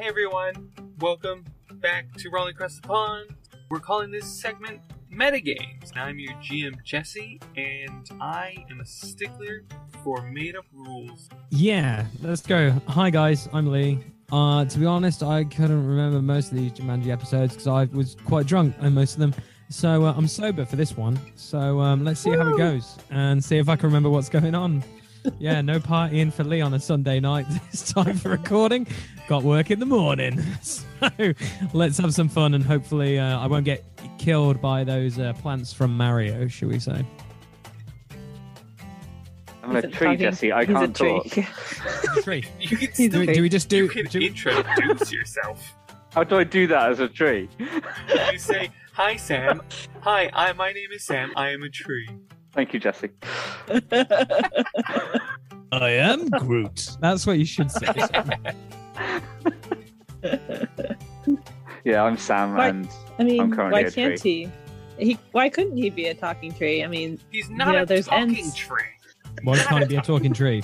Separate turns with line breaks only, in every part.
everyone. Welcome back to Rolling Across the Pond. We're calling this segment Metagames. I'm your GM, Jesse, and I am a stickler for made up rules.
Yeah, let's go. Hi guys, I'm Lee. Uh, to be honest, I couldn't remember most of the Jumanji episodes because I was quite drunk on most of them. So uh, I'm sober for this one. So um, let's see how it goes and see if I can remember what's going on. Yeah, no partying for Lee on a Sunday night. It's time for recording. Got work in the morning. So let's have some fun and hopefully uh, I won't get killed by those uh, plants from Mario, shall we say?
I'm in a
He's a
tree,
fucking-
Jesse. I
He's a
can't talk.
tree.
Three.
You can
He's
Do
still
we, do we just do?
you can
do we-
introduce yourself.
How do I do that as a tree?
You say, Hi, Sam. Hi, I, my name is Sam. I am a tree.
Thank you, Jesse.
I am Groot. That's what you should say.
Yeah, I'm Sam,
Right.
and
I mean,
I'm currently
why
a
can't he? He why couldn't he be a talking tree? I mean,
He's not
Yeah,
a
there's
talking
ends.
tree.
Why can't it be a talking tree?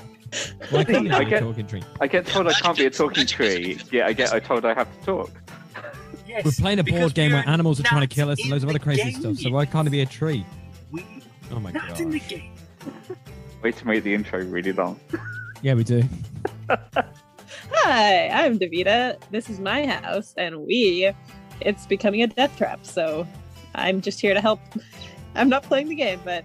Why can't it
I
be a
get-
talking tree?
I get told I can't be a talking tree. Yeah, I get. I told I have to talk.
Yes,
We're playing a
because
board game
we
where animals are trying to
not
kill us and
in
loads of
the
other crazy
game
stuff. So
yet.
why can't it be a tree?
We
Oh my
not in
god.
the game.
Way to make the intro really long.
Yeah, we do.
hi, I'm Davita. This is my house, and we. It's becoming a death trap, so I'm just here to help. I'm not playing the game, but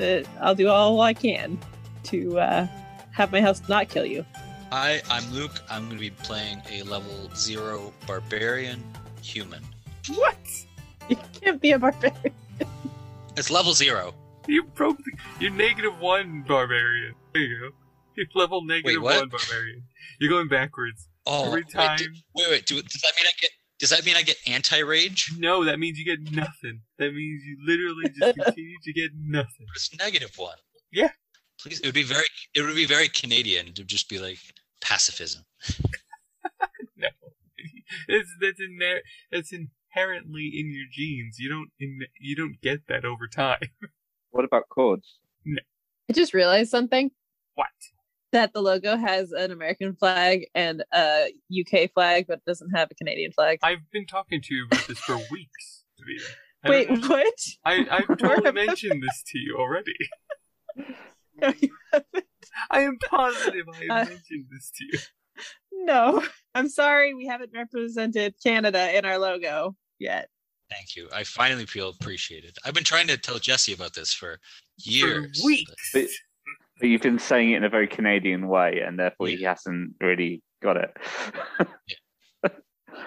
uh, I'll do all I can to uh, have my house not kill you.
Hi, I'm Luke. I'm going to be playing a level zero barbarian human.
What?
You can't be a barbarian.
It's level zero.
You broke the. You're negative one barbarian. There you go. You're level negative
what?
one barbarian. You're going backwards.
Oh,
Every
wait,
time.
do- Wait, wait. do, does that mean I get? Does that mean I get anti-rage?
No, that means you get nothing. That means you literally just continue to get nothing.
It's negative one.
Yeah.
Please, it would be very. It would be very Canadian to just be like pacifism.
No. It's, that's in there. That's inherently in your genes. You don't. In, you don't get that over time.
What about chords?
I just realized something.
What?
That the logo has an American flag and a UK flag, but doesn't have a Canadian flag.
I've been talking to you about this for weeks. Davina. I
Wait,
don't-
what?
I, I've totally mentioned this to you already.
No, you haven't.
I am positive I
Uh,
have mentioned this to you.
No, I'm sorry, we haven't represented Canada in our logo yet.
Thank you. I finally feel appreciated. I've been trying to tell Jesse about this for years.
For weeks.
But- But you've been saying it in a very Canadian way, and therefore he hasn't really got it.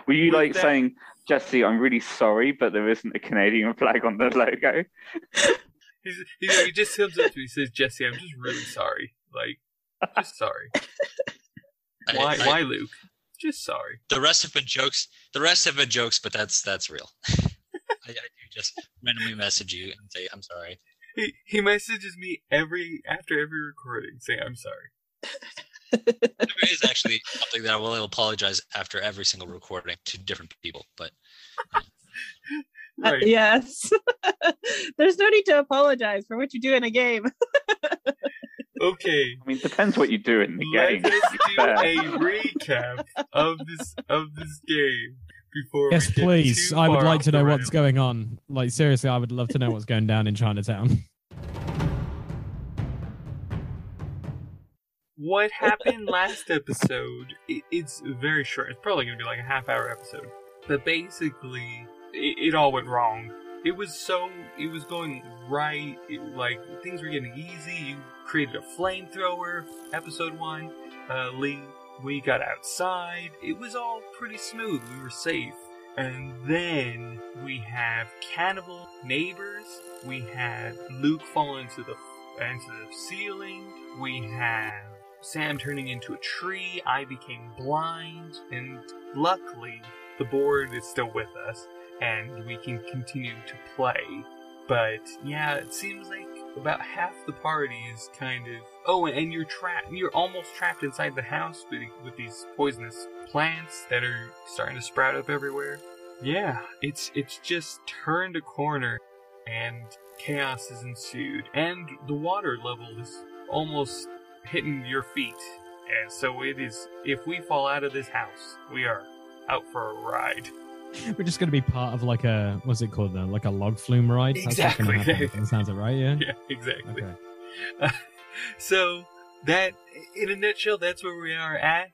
Were you
With
like
that-
saying, Jesse, I'm really sorry, but there isn't a Canadian flag on the logo?
He's, he's, he just comes up to me and says, Jesse, I'm just really sorry. Like, just sorry.
I-
Why,
I-
why Luke? Just sorry.
The rest have been jokes. The rest have been jokes, but that's that's real. I, I do just randomly message you and say I'm sorry.
He, he messages me every after every recording saying, I'm sorry.
there is actually something that I will apologize after every single recording to different people, but
Uh,
Right.
yes. There's no need to apologize for what you do in a game.
Okay.
I mean, depends what you do in the game.
Let us
to be
do
fair.
a recap of this of this game before.
Yes,
we get
please.
too
I would
far
like
off
to
the
know
rail.
what's going on. Like, seriously, I would love to know what's going down in Chinatown.
what happened last episode it, it's very short it's probably going to be like a half hour episode but basically it, it all went wrong it was so it was going right it, like things were getting easy you created a flamethrower episode one uh, lee we got outside it was all pretty smooth we were safe and then we have cannibal neighbors we had luke fall into the into the ceiling we have Sam turning into a tree, I became blind, and luckily the board is still with us and we can continue to play. But yeah, it seems like about half the party is kind of oh, and you're trapped. You're almost trapped inside the house with, with these poisonous plants that are starting to sprout up everywhere. Yeah, it's it's just turned a corner, and chaos has ensued, and the water level is almost hitting your feet And so it is. If we fall out of this house, we are out for a ride.
We're just going to be part of like a what's it called? Then? Like a log flume ride. what's gonna
Exactly.
happen. That sounds right. Yeah.
Yeah, exactly.
Okay.
So that, in a nutshell, that's where we are at.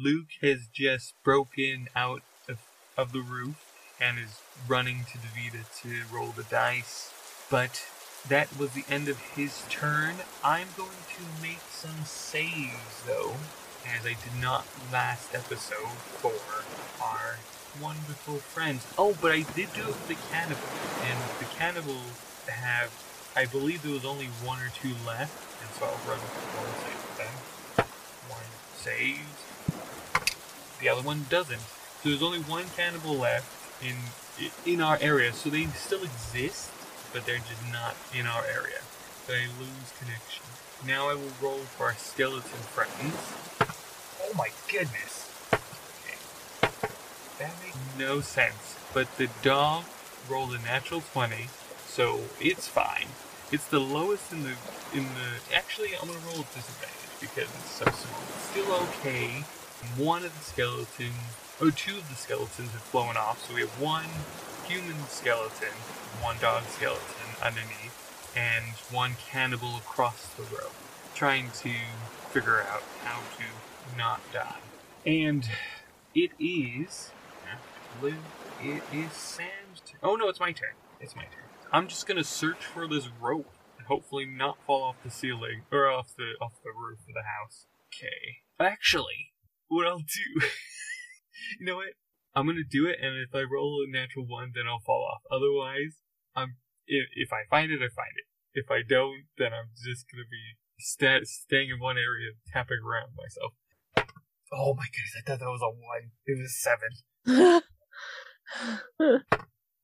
Luke has just broken out of, of the roof and is running to Davida to roll the dice. But that was the end of his turn. I'm going to make some saves though, as I did not last episode for our wonderful friends. Oh, but I did do it with the cannibal, and the cannibals have, I believe there was only one or two left, and so I'll run one save with them. One saves. The other one doesn't. So there's only one cannibal left in in our area. So they still exist, but they're just not in our area. So I lose connection. Now I will roll for our skeleton friends. Oh my goodness. Okay. That makes no sense. But the dog rolled a natural twenty, so it's fine. It's the lowest in the in the. Actually, I'm gonna roll with disadvantage because it's so small. It's still okay. One of the skeletons, or two of the skeletons, have flown off. So we have one human skeleton, one dog skeleton underneath, and one cannibal across the road, trying to figure out how to not die. And it is. Blue. It is Sam's. T- oh no, it's my turn. It's my turn. I'm just gonna search for this rope and hopefully not fall off the ceiling or off the off the roof of the house. Okay. Actually, what I'll do, you know what? I'm gonna do it, and if I roll a natural one, then I'll fall off. Otherwise, I'm if, if I find it, I find it. If I don't, then I'm just gonna be sta staying in one area, tapping around myself. Oh my goodness! I thought that was a one. It was a seven.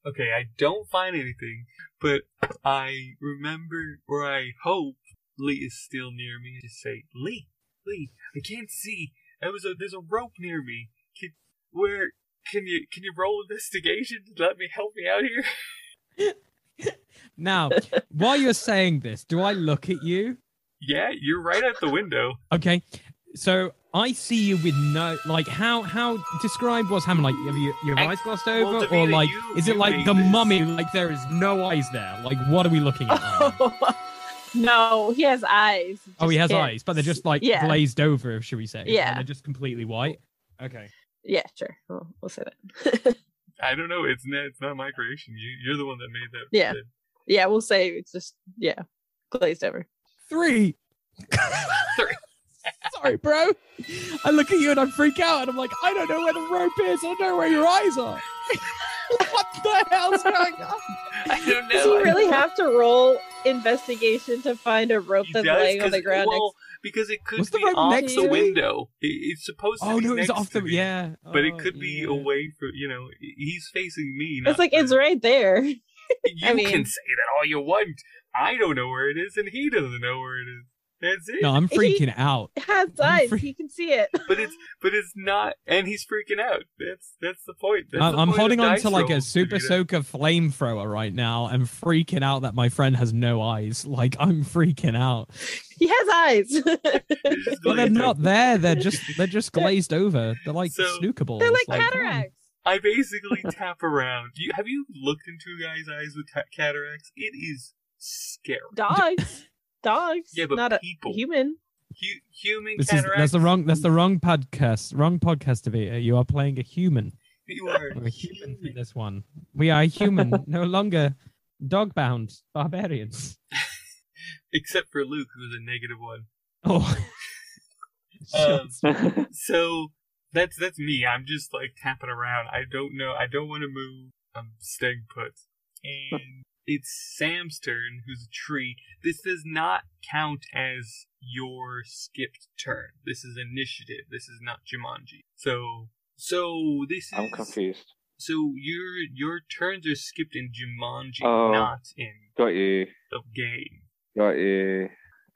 Okay, I don't find anything, but I remember, or I hope Lee is still near me. Just say, Lee, Lee, I can't see. There was a, there's a rope near me. Can, where can you can you roll investigation to let me help me out here?
Now, while you're saying this, do I look at you?
Yeah, you're right out the window.
Okay. So I see you with no like how how describe what's happening. Like have you your
Ex-
eyes glossed
well,
over or
Davina,
like
you-
is it
you
like
made
the
this.
mummy? Like there is no eyes there. Like what are we looking at? right now?
no, he has eyes.
oh, he
Just
has
kidding.
eyes, but they're just like
Yeah.
glazed over, should we say? Like,
Yeah.
they're just completely white. Okay.
Yeah, sure. We'll, we'll say that.
I don't know. It's not it's not my creation. You you're the one that made that.
Yeah. Yeah, we'll say it's just yeah, glazed over.
Three.
Three.
Sorry, bro. I look at you and I freak out and I'm like, I don't know where the rope is. I don't know where your eyes are. what the hell's going on?
I don't
Does he
know.
really have to roll investigation to find a rope
He
that's
does,
laying on
'cause-
the ground?
well, because it could
Was the
be
rope
off
next
the
to me?
window. It- it's supposed to
Oh
be
no, it's
next
off
to
the
me.
yeah.
But it
Oh,
could be
yeah.
away from you know he's facing me.
next? It's
not
like
the-
it's right there.
You
I mean-
can say that all you want. I don't know where it is, and he doesn't know where it is. That's it.
No, I'm
He-
freaking out.
It has
I'm
eyes.
free-
He can see it.
But it's but it's not, and he's freaking out. That's that's the point. That's
I'm,
the
I'm
point
holding
of
on
dice
to like a
rolls,
super
Davina.
soaker flamethrower right now and freaking out that my friend has no eyes. Like I'm freaking out.
He has eyes.
It's just
But they're
glazed
not
over.
there. They're just they're just glazed over. They're like
So-
snooker balls.
They're like
come on.
cataracts.
I basically tap around. You, have you looked into a guy's eyes with ta- cataracts? It is scary.
oh. Dogs. Dogs.
Yeah, but
not a
people,
human.
hu- human
This is
cataracts.
that's the wrong that's the wrong podcast. Wrong podcast to be. Uh, You are playing a human.
You are
We're human in
human.
this one. We are human, no longer dog bound barbarians.
Except for Luke, who's a negative one.
Oh.
Um,
Shots.
so that's that's me. I'm just like tapping around. I don't know. I don't want to move. I'm staying put. And it's Sam's turn, who's a tree. This does not count as your skipped turn. This is initiative. This is not Jumanji. So so this is
I'm confused.
so your your turns are skipped in Jumanji,
Oh.
not in
Got you.
the game.
Got you.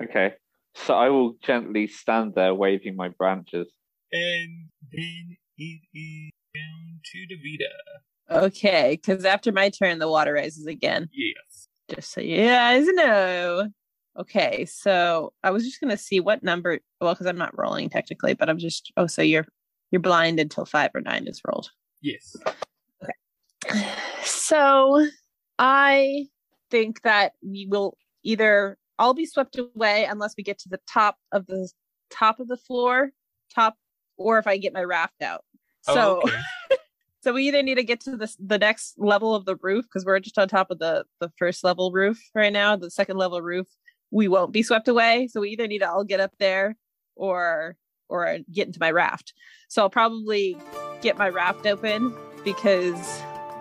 Okay. So I will gently stand there waving my branches.
And then it is down to Davida.
Okay, because after my turn, the water rises again.
Yes.
Just so you guys know. Okay, so I was just gonna see what number. Well, because I'm not rolling technically, but I'm just. Oh, so you're you're blind until five or nine is rolled.
Yes.
So I think that we will either all be swept away unless we get to the top of the top of the floor, top, or if I get my raft out. So.
oh, okay.
So we either need to get to this the next level of the roof because we're just on top of the the first level roof right now. The second level roof we won't be swept away. So we either need to all get up there or or get into my raft. So I'll probably get my raft open because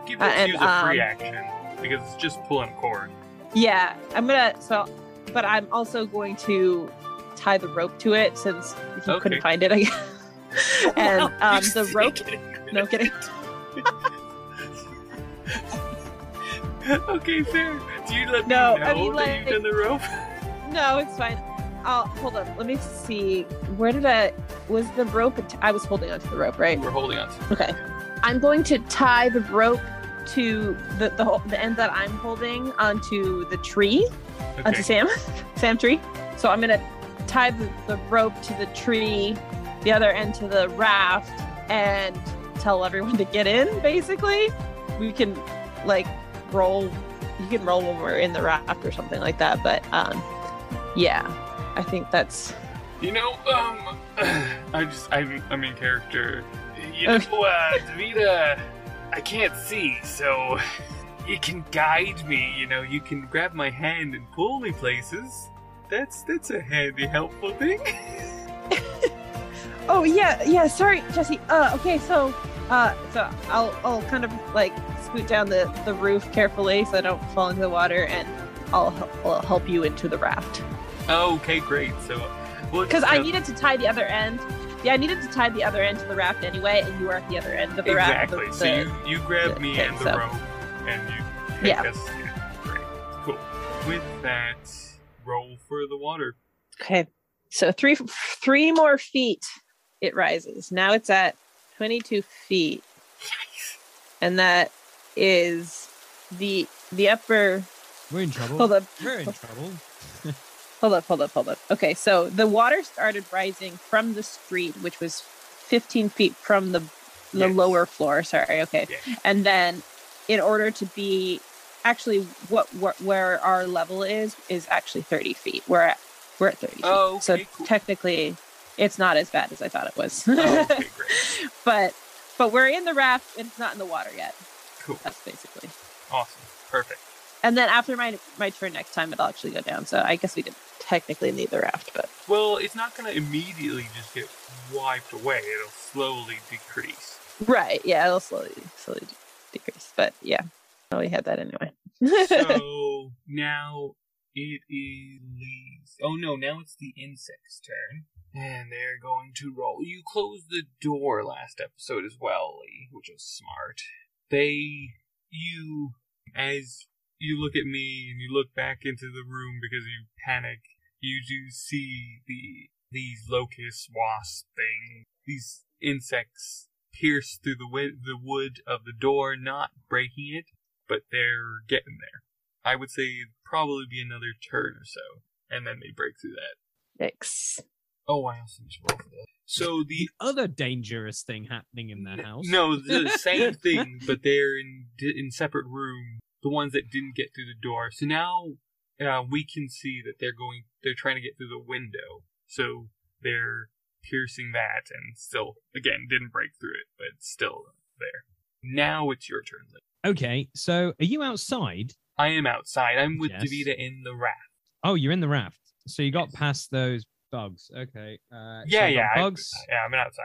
give
uh,
us
and,
use a free
um,
action because it's just pulling cord.
yeah, I'm gonna so but I'm also going to tie the rope to it since he
Okay.
couldn't find it I guess. and um
You
the
say
rope
get it.
no kidding.
okay, fair. Do you let
No,
me know
I mean,
that you've
like-
done the rope?
No, it's fine. I'll hold on. Let me see. Where did I? Was the rope? att- I was holding onto the rope, right?
We're holding on. to-
Okay. I'm going to tie the rope to the the, whole, the end that I'm holding onto the tree, onto
Okay.
Uh, Sam, Sam tree. So I'm gonna tie the, the rope to the tree, the other end to the raft, and tell everyone to get in. Basically, we can like roll. You can roll when we're in the raft or something like that. But um, yeah, I think that's
You know, um, I just, I'm, I'm in character. You know,
Okay.
uh, Davida, I can't see, so you can guide me. You know, you can grab my hand and pull me places. That's that's a handy, helpful thing.
Oh yeah, yeah. Sorry, Jesse. Uh, okay, so, uh, so I'll I'll kind of like scoot down the the roof carefully so I don't fall into the water, and I'll help, I'll help you into the raft
okay, great. So,
because I needed to tie the other end. Yeah, I needed to tie the other end to the raft anyway, and you were at the other end of the raft.
exactly.
the-
so
the-
you you grab
the
me
thing,
and the
so-
rope, and you take
Yeah.
us. Yeah, great, cool. With that, roll for the water.
okay, so three three more feet it rises. Now it's at twenty two feet, and that is the the upper.
We're in trouble.
Hold up.
We're in trouble.
Hold up, hold up, hold up. Okay, so the water started rising from the street, which was 15 feet from the the
Yes.
lower floor. Sorry, okay,
Yeah.
and then in order to be actually what, what where our level is is actually 30 feet. We're at we're at 30 feet.
Oh, okay,
so
cool.
technically, it's not as bad as I thought it was.
Oh, okay, great,
but but we're in the raft and it's not in the water yet.
cool,
That's basically.
awesome, perfect.
And then after my my turn next time, it'll actually go down. So I guess we did technically need the raft, but.
Well, it's not going to immediately just get wiped away. It'll slowly decrease.
Right. Yeah, it'll slowly slowly d- decrease. But yeah. Oh, we had that anyway.
So now it is Lee's. Oh no, now it's the insect's turn. And they're going to roll. You closed the door last episode as well, Lee, which was smart. They. You. As you look at me and you look back into the room because you panic, you do see the. These locust wasp thing. These insects pierce through the, wi- the wood of the door, not breaking it but they're getting there. I would say it'd probably be another turn or so, and then they break through that.
Thanks.
Oh, I also need to roll for that. So the
The other dangerous thing happening in their house.
no, the same thing, but they're in di- in separate room. The ones that didn't get through the door. So now uh, we can see that they're going. They're trying to get through the window. So they're piercing that, and still, again, didn't break through it, but it's still there. Now it's your turn. Lee.
Okay, so are you outside?
I am outside. I'm with
Yes.
Davida in the raft.
Oh, you're in the raft. So you got
Yes.
past those bugs. Okay. Uh, so
Yeah,
I've got
yeah, I-
Bugs. Oh,
Yeah, I'm outside.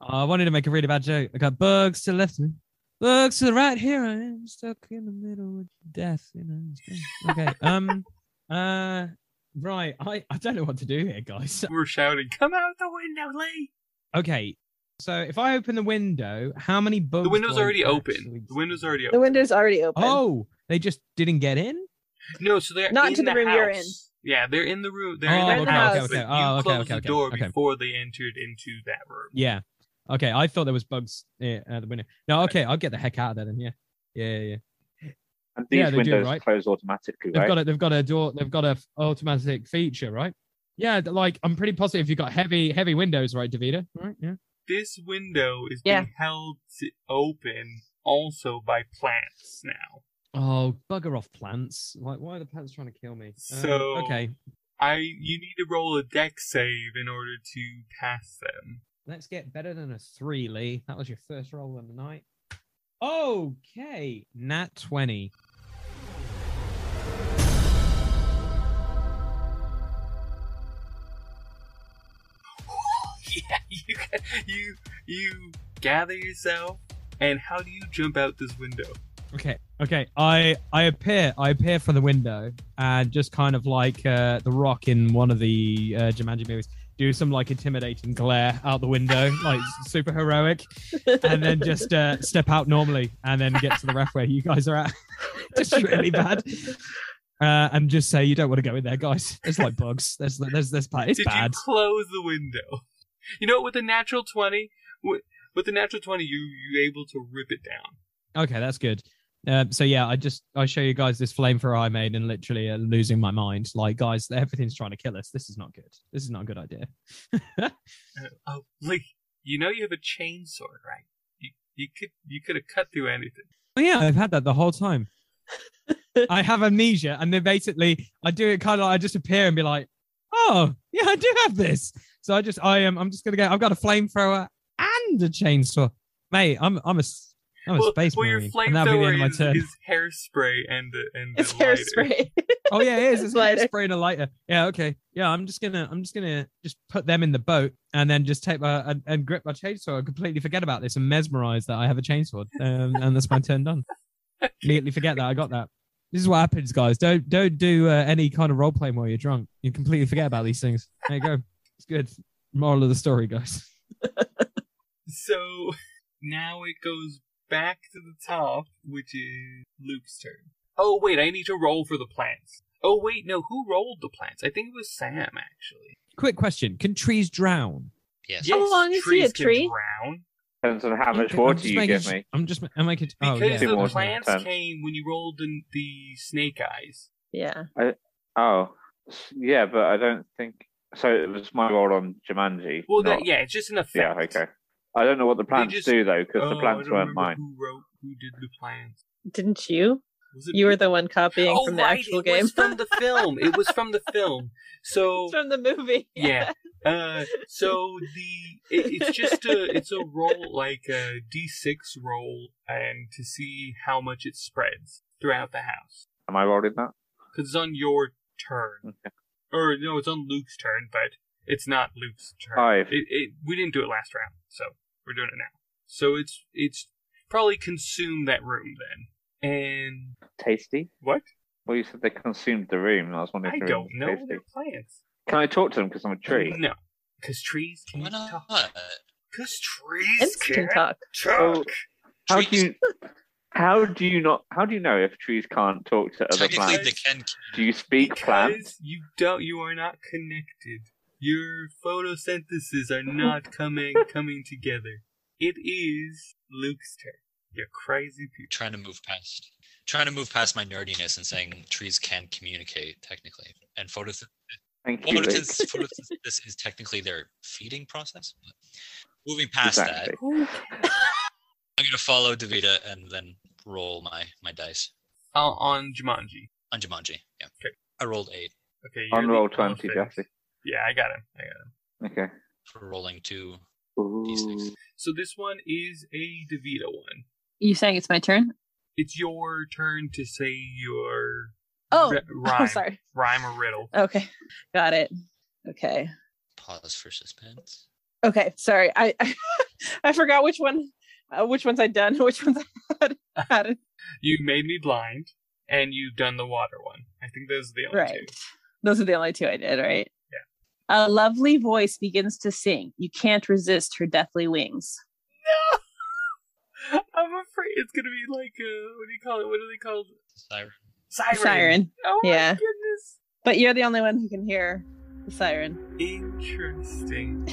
I wanted to make a really bad joke. I got bugs to the left of me, bugs to the right. Here I am, stuck in the middle of death. You know. it's great. Okay. um. Uh. Right. I I don't know what to do here, guys.
We're shouting, "Come out the window, Lee!"
Okay. So if I open the window, how many bugs?
The window's
do I
already
actually
open. The window's
see?
already
The
open.
window's already open.
Oh, they just didn't get in.
No, so they're
Not
in
into the room
house.
you're in.
Yeah, they're in the room. They're
Oh,
in the
okay,
house.
okay,
but
okay.
you
Oh, okay,
closed
okay,
the
okay,
door
okay.
before they entered into that room.
Yeah. Okay. I thought there was bugs eh, out the window. No. Okay. I'll get the heck out of there then. Yeah. Yeah. Yeah. yeah.
And these
Yeah, they do,
windows
right?
close automatically,
They've
right?
got a, they've got a door. They've got a f- automatic feature, right? Yeah, th- like I'm pretty positive you've got heavy heavy windows, right, Davida? Right. Yeah.
This window is
Yeah.
being held to open also by plants now.
Oh, bugger off plants! Like, why are the plants trying to kill me? Um,
So-
okay,
I you need to roll a deck save in order to pass them.
let's get better than a three, Lee. That was your first roll of the night. Okay, nat twenty.
yeah, you ca- you you gather yourself and how do you jump out this window?
Okay. Okay. I I appear I appear from the window and just kind of like uh, the Rock in one of the uh, Jumanji movies, do some like intimidating glare out the window, like super heroic, and then just uh, step out normally and then get to the ref where you guys are at. just really bad. Uh, and just say you don't want to go in there, guys. There's like bugs. There's there's there's bad. It's
Did
bad.
you close the window? You know, with the natural twenty, with, with the natural twenty, you you able to rip it down.
Okay, that's good. Um, so yeah, I just I show you guys this flame for I made and literally uh, losing my mind. Like, guys, everything's trying to kill us. This is not good. This is not a good idea.
Uh, oh, Lee, you know you have a chainsaw, right? You you could you could have cut through anything.
Oh yeah, I've had that the whole time. I have amnesia, and then basically I do it kind of like I just appear and be like, oh yeah, I do have this. So I just I am I'm just gonna go. I've got a flamethrower and a chainsaw, mate. I'm I'm a s- I'm a
well,
space
well, your
marine, and that'll be the end of my
flamethrower is,
turn.
is hairspray and the and the
It's
lighter.
hairspray.
oh yeah, it is. It's
It's
like
lighter.
spraying a lighter. Yeah, okay. Yeah, I'm just gonna, I'm just gonna just put them in the boat and then just take my and, and grip my chainsaw and completely forget about this and mesmerize that I have a chainsaw um, and that's my turn done. Immediately forget that I got that. This is what happens, guys. Don't don't do uh, any kind of role playing while you're drunk. You completely forget about these things. There you go. It's good. Moral of the story, guys.
So now it goes back to the top, which is Luke's turn. Oh wait, I need to roll for the plants. Oh wait, no, who rolled the plants? I think it was Sam actually.
Quick question: Can trees drown?
Yes.
How long is he,
trees
a
can
tree?
drown.
Depends on how much
Okay, I'm
water
just
you
making
give
su-
me.
I'm just I'm making. Oh,
Because
yeah,
Two more
the
water.
plants
plants.
came when you rolled the, the snake eyes.
yeah.
Oh, s- yeah, but I don't think so. It was my role on Jumanji.
Well,
not-
that, yeah, it's just an effect.
Oh. yeah, okay. I don't know what the plants
just-
do though, because
Oh,
the
I
plants
don't
weren't
remember
mine.
Who wrote? Who did the plants?
Didn't you?
Was it
You were the one copying
oh,
from the
right,
actual
it
game.
was from the film. It was from the film. So
It's from the movie.
Yeah. Uh, so the it, it's just a it's a roll like a d6 roll and to see how much it spreads throughout the house
Am I rolling that?
because it's on your turn or no it's on luke's turn but it's not luke's turn
Five.
It, it, we didn't do it last round so we're doing it now so it's it's probably consume that room then and
Tasty.
what
Well, you said they consumed the room. I was wondering.
i
if the room
don't know
was
their
Tasty.
plants
Can I talk to them because I'm a tree?
no because trees
Why
can't
not?
talk because trees
Instant
can't
talk.
talk
How do
Trees-
you? How do you not? How do you know if trees can't talk to other
Technically,
plants?
they can.
Do you speak
Because
plants?
You don't. You are not connected. Your photosynthesis are not coming coming together. It is Luke's turn. You crazy people.
trying to move past trying to move past my nerdiness and saying trees can communicate technically and photosynthesis
Thank you. Luke.
photosynthesis, photosynthesis is technically their feeding process but moving past that
Exactly.
i'm going to follow davita and then roll my my dice
Uh, on Jumanji.
on Jumanji. yeah
Okay.
i rolled eight
Okay. you're
On roll
the-
twenty,
almost
Jesse.
finished. Yeah, I got him. I got him.
Okay.
for rolling two
Ooh.
So this one is a Devito one.
You saying it's my turn?
It's your turn to say your
Oh,
ri- rhyme,
oh, sorry.
rhyme or riddle.
Okay, got it. Okay,
pause for suspense
okay. Sorry, I I, forgot which one, uh, which ones I'd done, which ones I had. had.
You made me blind, and you've done the water one. I think those are the only
Right. Those are the only two I did. Right.
Yeah.
A lovely voice begins to sing. You can't resist her deathly wings.
two. I'm afraid it's gonna be like uh, what do you call it? What are they called?
siren
Siren.
Siren.
Oh
Yeah.
my goodness.
But you're the only one who can hear the siren.
Interesting.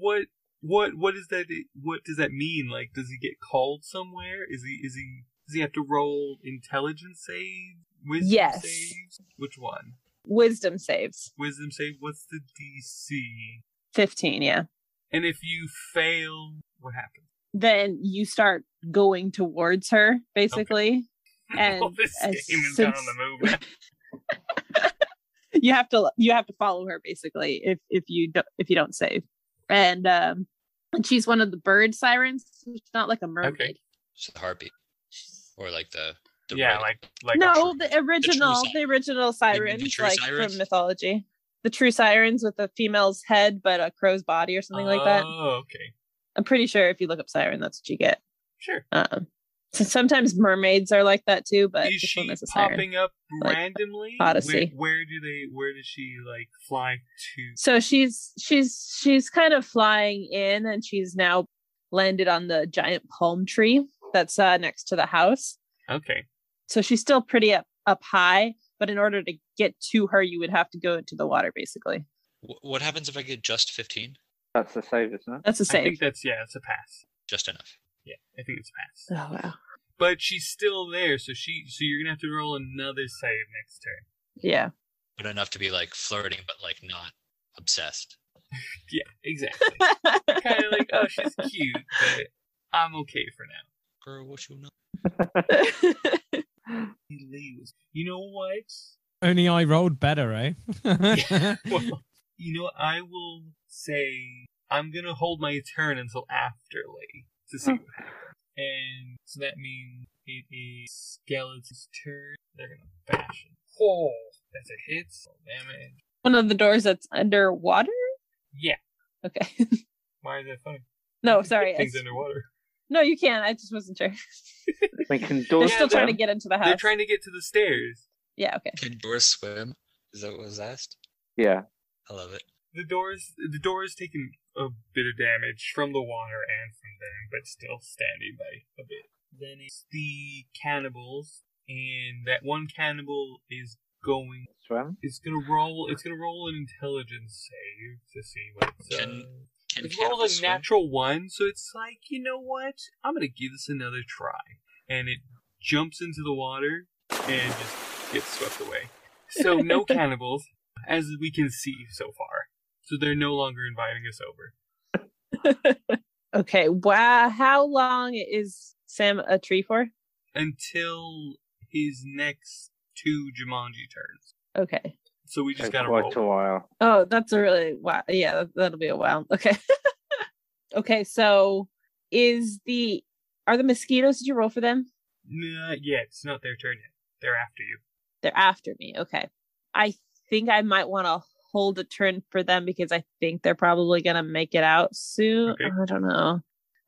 what what is that? What does that mean? Like, does he get called somewhere? Is he is he does he have to roll intelligence saves? Wisdom
Yes.
saves? Which one?
Wisdom saves.
Wisdom save. What's the DC?
15, yeah.
And if you fail, what happens?
Then you start going towards her, basically. And
All this
as
game is done on
since-
the move. now.
you have to you have to follow her basically if if you don't if you don't save. And um and she's one of the bird sirens. so She's not like a mermaid.
Just the harpy, or like the, the
yeah,
red-
like like
no,
true-
the original,
siren.
the, original
you mean
sirens,
the true
like
sirens?
from mythology. The true sirens with a female's head but a crow's body or something like that.
Oh, okay,
I'm pretty sure if you look up siren, that's what you get.
sure.
Um, so sometimes mermaids are like that too, but
is
this
she
one is a siren.
popping up
Like,
randomly?
Odyssey.
Where, where do they? Where does she like fly to?
So she's she's she's kind of flying in, and she's now landed on the giant palm tree that's uh, next to the house.
Okay,
So she's still pretty up up high, but in order to get to her, you would have to go into the water. Basically,
Wh- what happens if I get just 15?
That's the save, isn't it?
that's the
I
same.
think that's yeah, it's a pass.
Just enough.
Yeah, I think it's a
Oh
pass.
wow!
But she's still there, so she so you're gonna have to roll another save next turn.
Yeah,
But enough to be like flirting, but like not obsessed.
Yeah, exactly. kind of like oh, she's cute, but I'm okay for now.
Girl, what you know?
He leaves. You know what?
Only I rolled better, eh?
Well, you know what? I will say I'm gonna hold my turn until after late to see
Oh.
what happens. And so that means it is Skeleton's turn. They're gonna bash it. Oh, that's a hit. Oh, So damage.
one of the doors that's underwater.
Yeah.
Okay.
Why is that funny?
no, sorry.
Things
it's-
underwater.
No, you can. I just wasn't sure.
They can
They're
door
still trying to
them.
get into the house.
They're trying to get to the stairs.
Yeah. Okay.
Can doors swim? Is that what was asked?
Yeah.
I love it.
The doors. The door is taking a bit of damage from the water and from them, but still standing by a bit. Then it's the cannibals, and that one cannibal is going
Swim.
It's gonna roll. It's gonna roll an intelligence save to see what. It's, uh,
Can- Can
it rolls
cannibals
a
swim?
natural one, so it's like you know what? I'm gonna give this another try, and it jumps into the water and just gets swept away. So no cannibals, as we can see so far. So they're no longer inviting us over.
Okay. Wow. How long is Sam a tree for?
until his next two Jumanji turns.
Okay.
So we just
Took
gotta
quite
roll.
a while.
Oh, that's a really wow. Yeah, that- that'll be a while. Okay. okay. So, is the are the mosquitoes? Did you roll for them?
Not yet. It's not their turn yet. They're after you.
They're after me. Okay. I think I might want to hold a turn for them because I think they're probably gonna make it out soon.
Okay.
I don't know.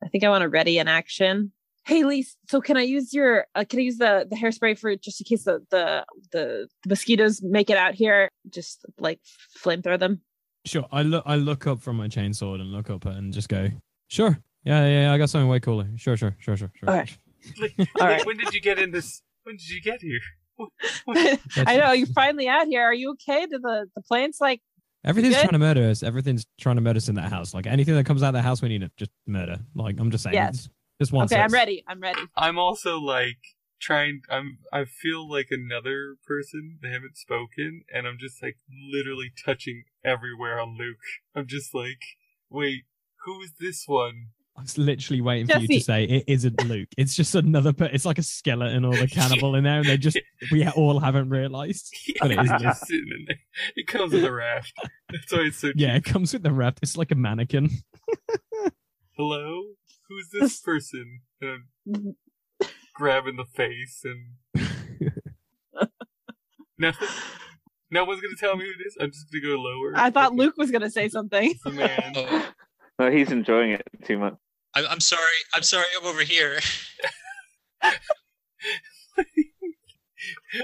I think I want to ready in action. Hey, Lise. So can I use your? Uh, can I use the the hairspray for just in case the the the, the mosquitoes make it out here? Just like flamethrower them.
Sure. I look. I look up from my chainsaw and look up and just go. Sure. Yeah, yeah. yeah, I got something way cooler. Sure, sure, sure, sure, sure.
Okay.
Like,
All
like,
right.
When did you get in this? When did you get here?
I know you're finally out here. Are you okay? Do the the plane's like
Everything's
good?
trying to murder us. Everything's trying to murder us in that house. Like anything that comes out of the house, we need to just murder. Like I'm just saying.
Yes.
it's Just one.
okay? I'm
sentence.
ready. I'm ready.
I'm also like trying. I'm. I feel like another person. They haven't spoken, and I'm just like literally touching everywhere on Luke. I'm just like, wait, who is this one?
I was literally waiting for you
Jesse.
to say it isn't Luke. It's just another. per- It's like a skeleton or the cannibal in there, and they just we all haven't realised. But it is Luke.
just sitting in there. It comes with a raft. That's why it's so
Yeah, it comes with the wrap. It's like a mannequin.
hello who's this
This-
person and i'm grabbing the face and no no one's gonna tell me who it is i'm just gonna go lower
I thought
Okay,
Luke was gonna say something.
it's a man
Oh,
No, he's enjoying it too much.
I, I'm sorry. I'm sorry. I'm over here.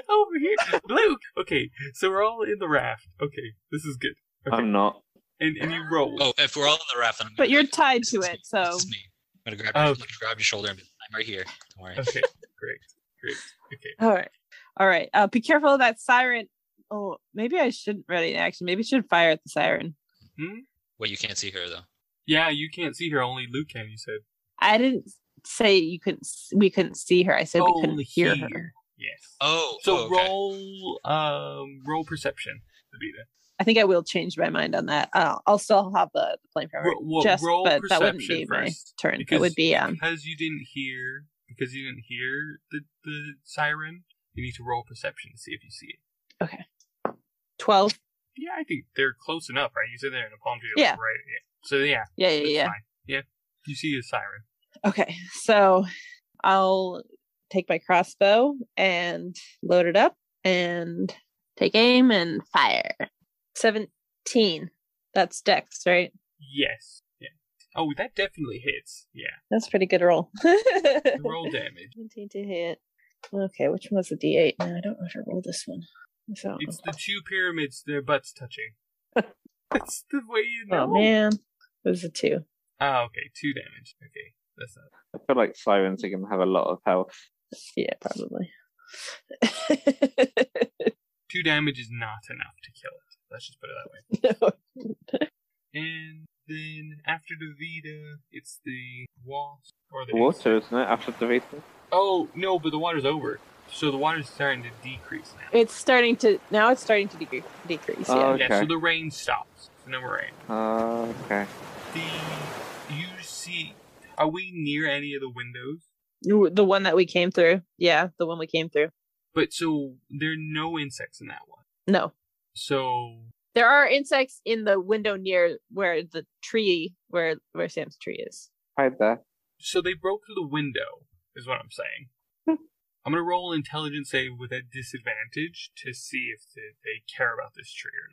over here luke okay so we're all in the raft okay this is good Okay.
I'm not.
and and you roll
Oh, if we're all on the raft, then I'm
But
gonna
you're
grab-
tied
this
to
is
it,
me,
so
this is me. I'm gonna grab, your- I'm
Okay.
gonna grab your shoulder. And be, I'm right here. Don't worry.
Oh. okay great great okay
all right, all right. Uh, be careful of that siren. Oh, maybe I shouldn't ready in action. Maybe I should fire at the siren.
hmm?
Wait, you can't see her though.
Yeah, you can't see her. Only Luke can. You said.
I didn't say you couldn't. s- We couldn't see her. I said we couldn't
Only
hear
he.
her.
Yes.
Oh,
so
oh, okay.
roll, um, roll perception, Davida.
I think I will change my mind on that. I'll, I'll still have the, the flamethrower.
Ro- well,
just,
roll
but that wouldn't
perception
be my
first,
turn.
because-
it would be um.
Because you didn't hear, because you didn't hear the the siren, you need to roll perception to see if you see it.
Okay. 12.
Yeah, I think they're close enough, right? You said they're in a palm tree, like,
Yeah.
right? Yeah. So yeah,
Yeah,
it's
yeah,
fine. yeah. You see the siren.
yeah. Okay. So I'll take my crossbow and load it up and take aim and fire. 17. That's dex, right?
Yes. Yeah. Oh, that definitely hits. Yeah.
That's a pretty good roll.
Roll damage.
17 to hit. Okay, which one was the d8? No, I don't know if I rolled this one. So,
It's the two pyramids, their butts touching. That's the way you know.
oh man, it was a two.
Ah, okay, two damage. Okay, that's not.
I feel like sirens are going to have a lot of health.
Yeah, probably.
Two damage is not enough to kill it. Let's just put it that way.
no.
And then after Davida, it's the wasp or the
Water, isn't it? After the reason.
Oh no, but the water's over, so the water's starting to decrease now.
It's starting to now. It's starting to decrease. decrease yeah.
Oh,
Yeah, so
okay.
the rain stops. So no more rain.
Uh, okay.
The you see, are we near any of the windows?
W- The one that we came through. Yeah, the one we came through.
But so there are no insects in that one.
No.
So
There are insects in the window near where the tree where where Sam's tree is.
Hi there.
so they broke through the window, is what I'm saying.
Hmm.
I'm gonna roll intelligence save with a disadvantage to see if they, they care about this tree or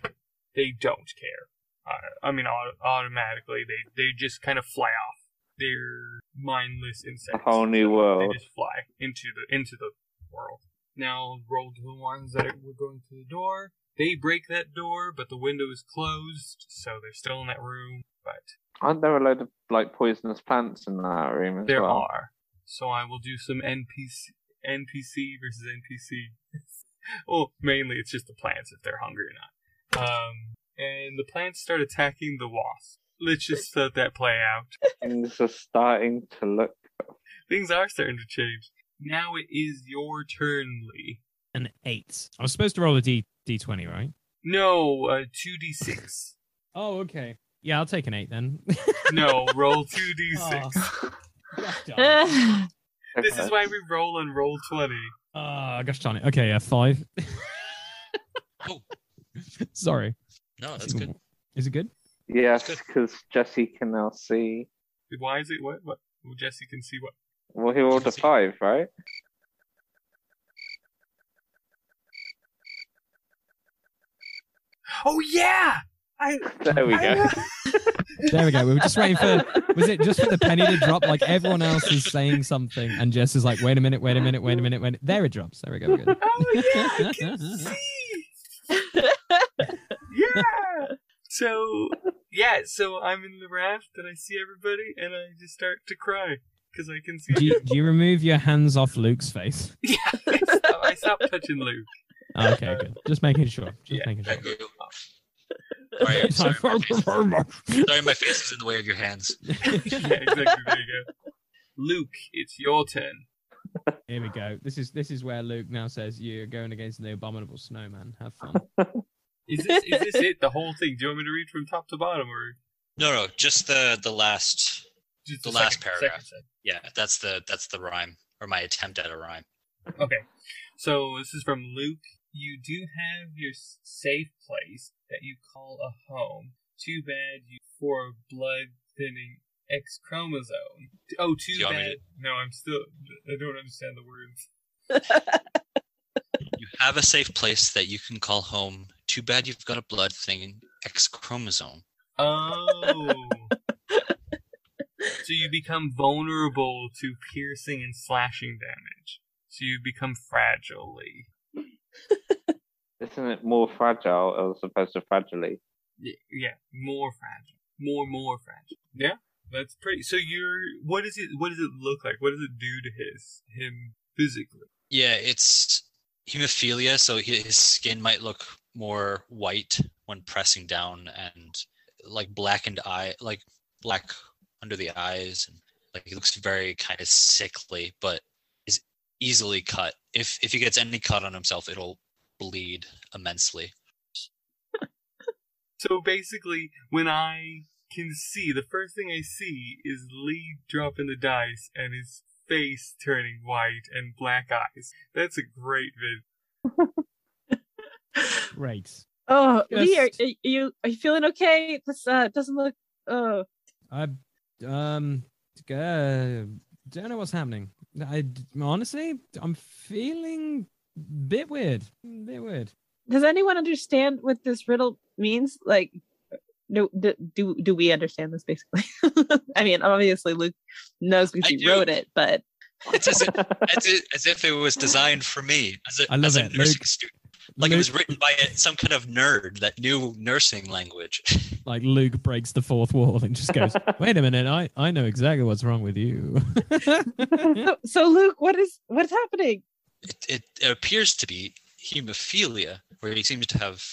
not. They don't care. Uh, I mean, au- automatically they they just kind of fly off. They're mindless insects.
whole new world.
They just fly into the into the world. Now roll to the ones that were going through the door. They break that door, but the window is closed, so they're still in that room. But
Aren't there a load of like poisonous plants in that room as
there
well?
are. So I will do some NPC, NPC versus NPC. well, mainly it's just the plants if they're hungry or not. Um, and the plants start attacking the wasp. Let's just let that play out.
Things are starting to look.
Things are starting to change. Now it is your turn, Lee.
An eight. I was supposed to roll a D D20, right?
No, uh, 2d6.
Oh, okay. Yeah, I'll take an eight then.
No, roll 2d6.
Oh, gosh darn
Oh.
it.
Ah,
Oh,
This is why we roll and roll 20.
Oh, gosh darn it. Okay, yeah, five.
Oh.
Sorry.
No, that's good.
Is it good?
Yes,
That's
because Jesse can now see.
Why is it what? What? Well, Jesse can see what.
Well, he rolled a
see.
five, right?
Oh, yeah! I.
There we
I
go.
There we go. We were just waiting for. Was it just for the penny to drop? Like everyone else is saying something, and Jess is like, "Wait a minute, wait a minute, wait a minute, wait." a-" There it drops. There we go. We're good.
Oh yeah, I can see. yeah. So yeah, so I'm in the raft and I see everybody and I just start to cry because I can see.
Do you, do you remove your hands off Luke's face?
yeah, I stop, I stop touching Luke.
Oh, okay, good. Just making sure. Just
Yeah.
making sure.
Thank you. Sorry, sorry, my face, sorry, my face is in the way of your hands.
Yeah, exactly. There you go. Luke, it's your turn.
Here we go. This is this is where Luke now says, "You're going against the abominable snowman. Have fun."
Is this is this it? The whole thing? Do you want me to read from top to bottom or
No, no, just the the last.
just
The
second-
last paragraph.
second
Yeah, that's the that's the rhyme or my attempt at a rhyme.
Okay. So this is from Luke. You do have your s- safe place that you call a home. Too bad you for a blood thinning X chromosome. Oh, too
Do you want me
bad. No, I'm still. I don't understand the words.
You have a safe place that you can call home. Too bad you've got a blood thing X chromosome.
Oh. so you become vulnerable to piercing and slashing damage. So you become fragile. Lee.
Isn't it more fragile as opposed to fragile?
Y- yeah, more fragile, more more fragile. Yeah, that's pretty. So you're what is it? What does it look like? What does it do to his him physically?
Yeah, it's hemophilia, so hi- his skin might look more white when pressing down, and like blackened eye, like black under the eyes, and like he looks very kind of sickly, but is easily cut. If if he gets any cut on himself, it'll bleed immensely.
So basically, when I can see, the first thing I see is Lee dropping the dice and his face turning white and black eyes. That's a great vid.
Great.
Oh, Lee, are,
Just-
are you are you feeling okay? This uh, doesn't look. Oh,
I um uh, don't know what's happening. I honestly, I'm feeling bit weird. Bit weird.
does anyone understand what this riddle means? Like, do do do, do we understand this basically? I mean, obviously Luke knows because
I
he
do.
wrote it, but
It's as if, as, if, as if it was designed for me as a,
I love
as a
it,
nursing
Luke.
student. Like
Luke,
it was written by a, some kind of nerd that knew nursing language.
like Luke breaks the fourth wall and just goes, "Wait a minute, I I know exactly what's wrong with you."
Oh, so Luke, what is what's happening?
It, it, it appears to be hemophilia, where he seems to have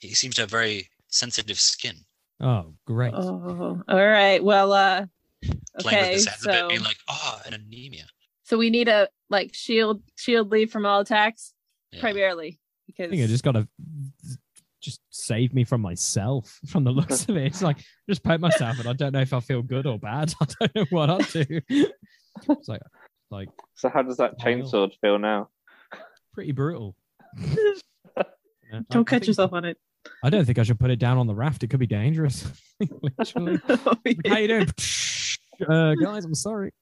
he seems to have very sensitive skin.
oh, great.
Oh, all right. Well, uh,
Playing with
okay.
his hands
So,
a bit, being like, "Ah, an anemia."
so we need a like shield shield Lee from all attacks
Yeah.
primarily because
I think I just gotta just save me from myself. From the looks of it, it's like just poke myself, and I don't know if I feel good or bad. I don't know what I'll do. it's like like
So how does that
Wow.
chainsaw feel now?
pretty brutal. Yeah, I- I
don't cut
think-
yourself on it.
I don't think I should put it down on the raft. It could be dangerous. Literally. How you doing? uh, guys, I'm sorry.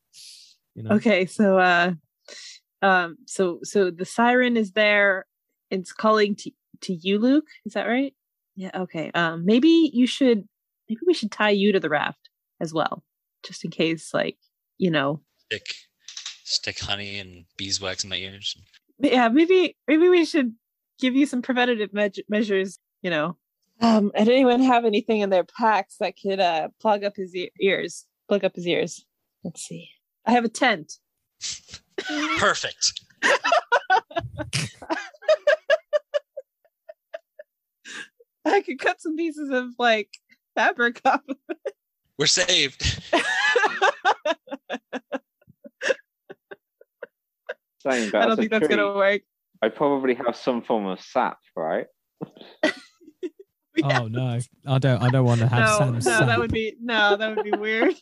You know,
okay so uh um so so the siren is there it's calling to to you luke is that right yeah okay um maybe you should maybe we should tie you to the raft as well just in case like you know
Stick, stick honey and beeswax in my ears.
yeah maybe maybe we should give you some preventative meas measures you know um and anyone have anything in their packs that could uh plug up his e- ears plug up his ears let's see i have a tent
Perfect.
I could cut some pieces of like fabric off.
We're saved.
Saying
I
that's
don't
a
think that's
tree,
gonna work.
I probably have some form of sap, right?
Yeah.
Oh no, I don't. I don't want to have
no,
Sam.
no,
sap.
that would be no, that would be weird.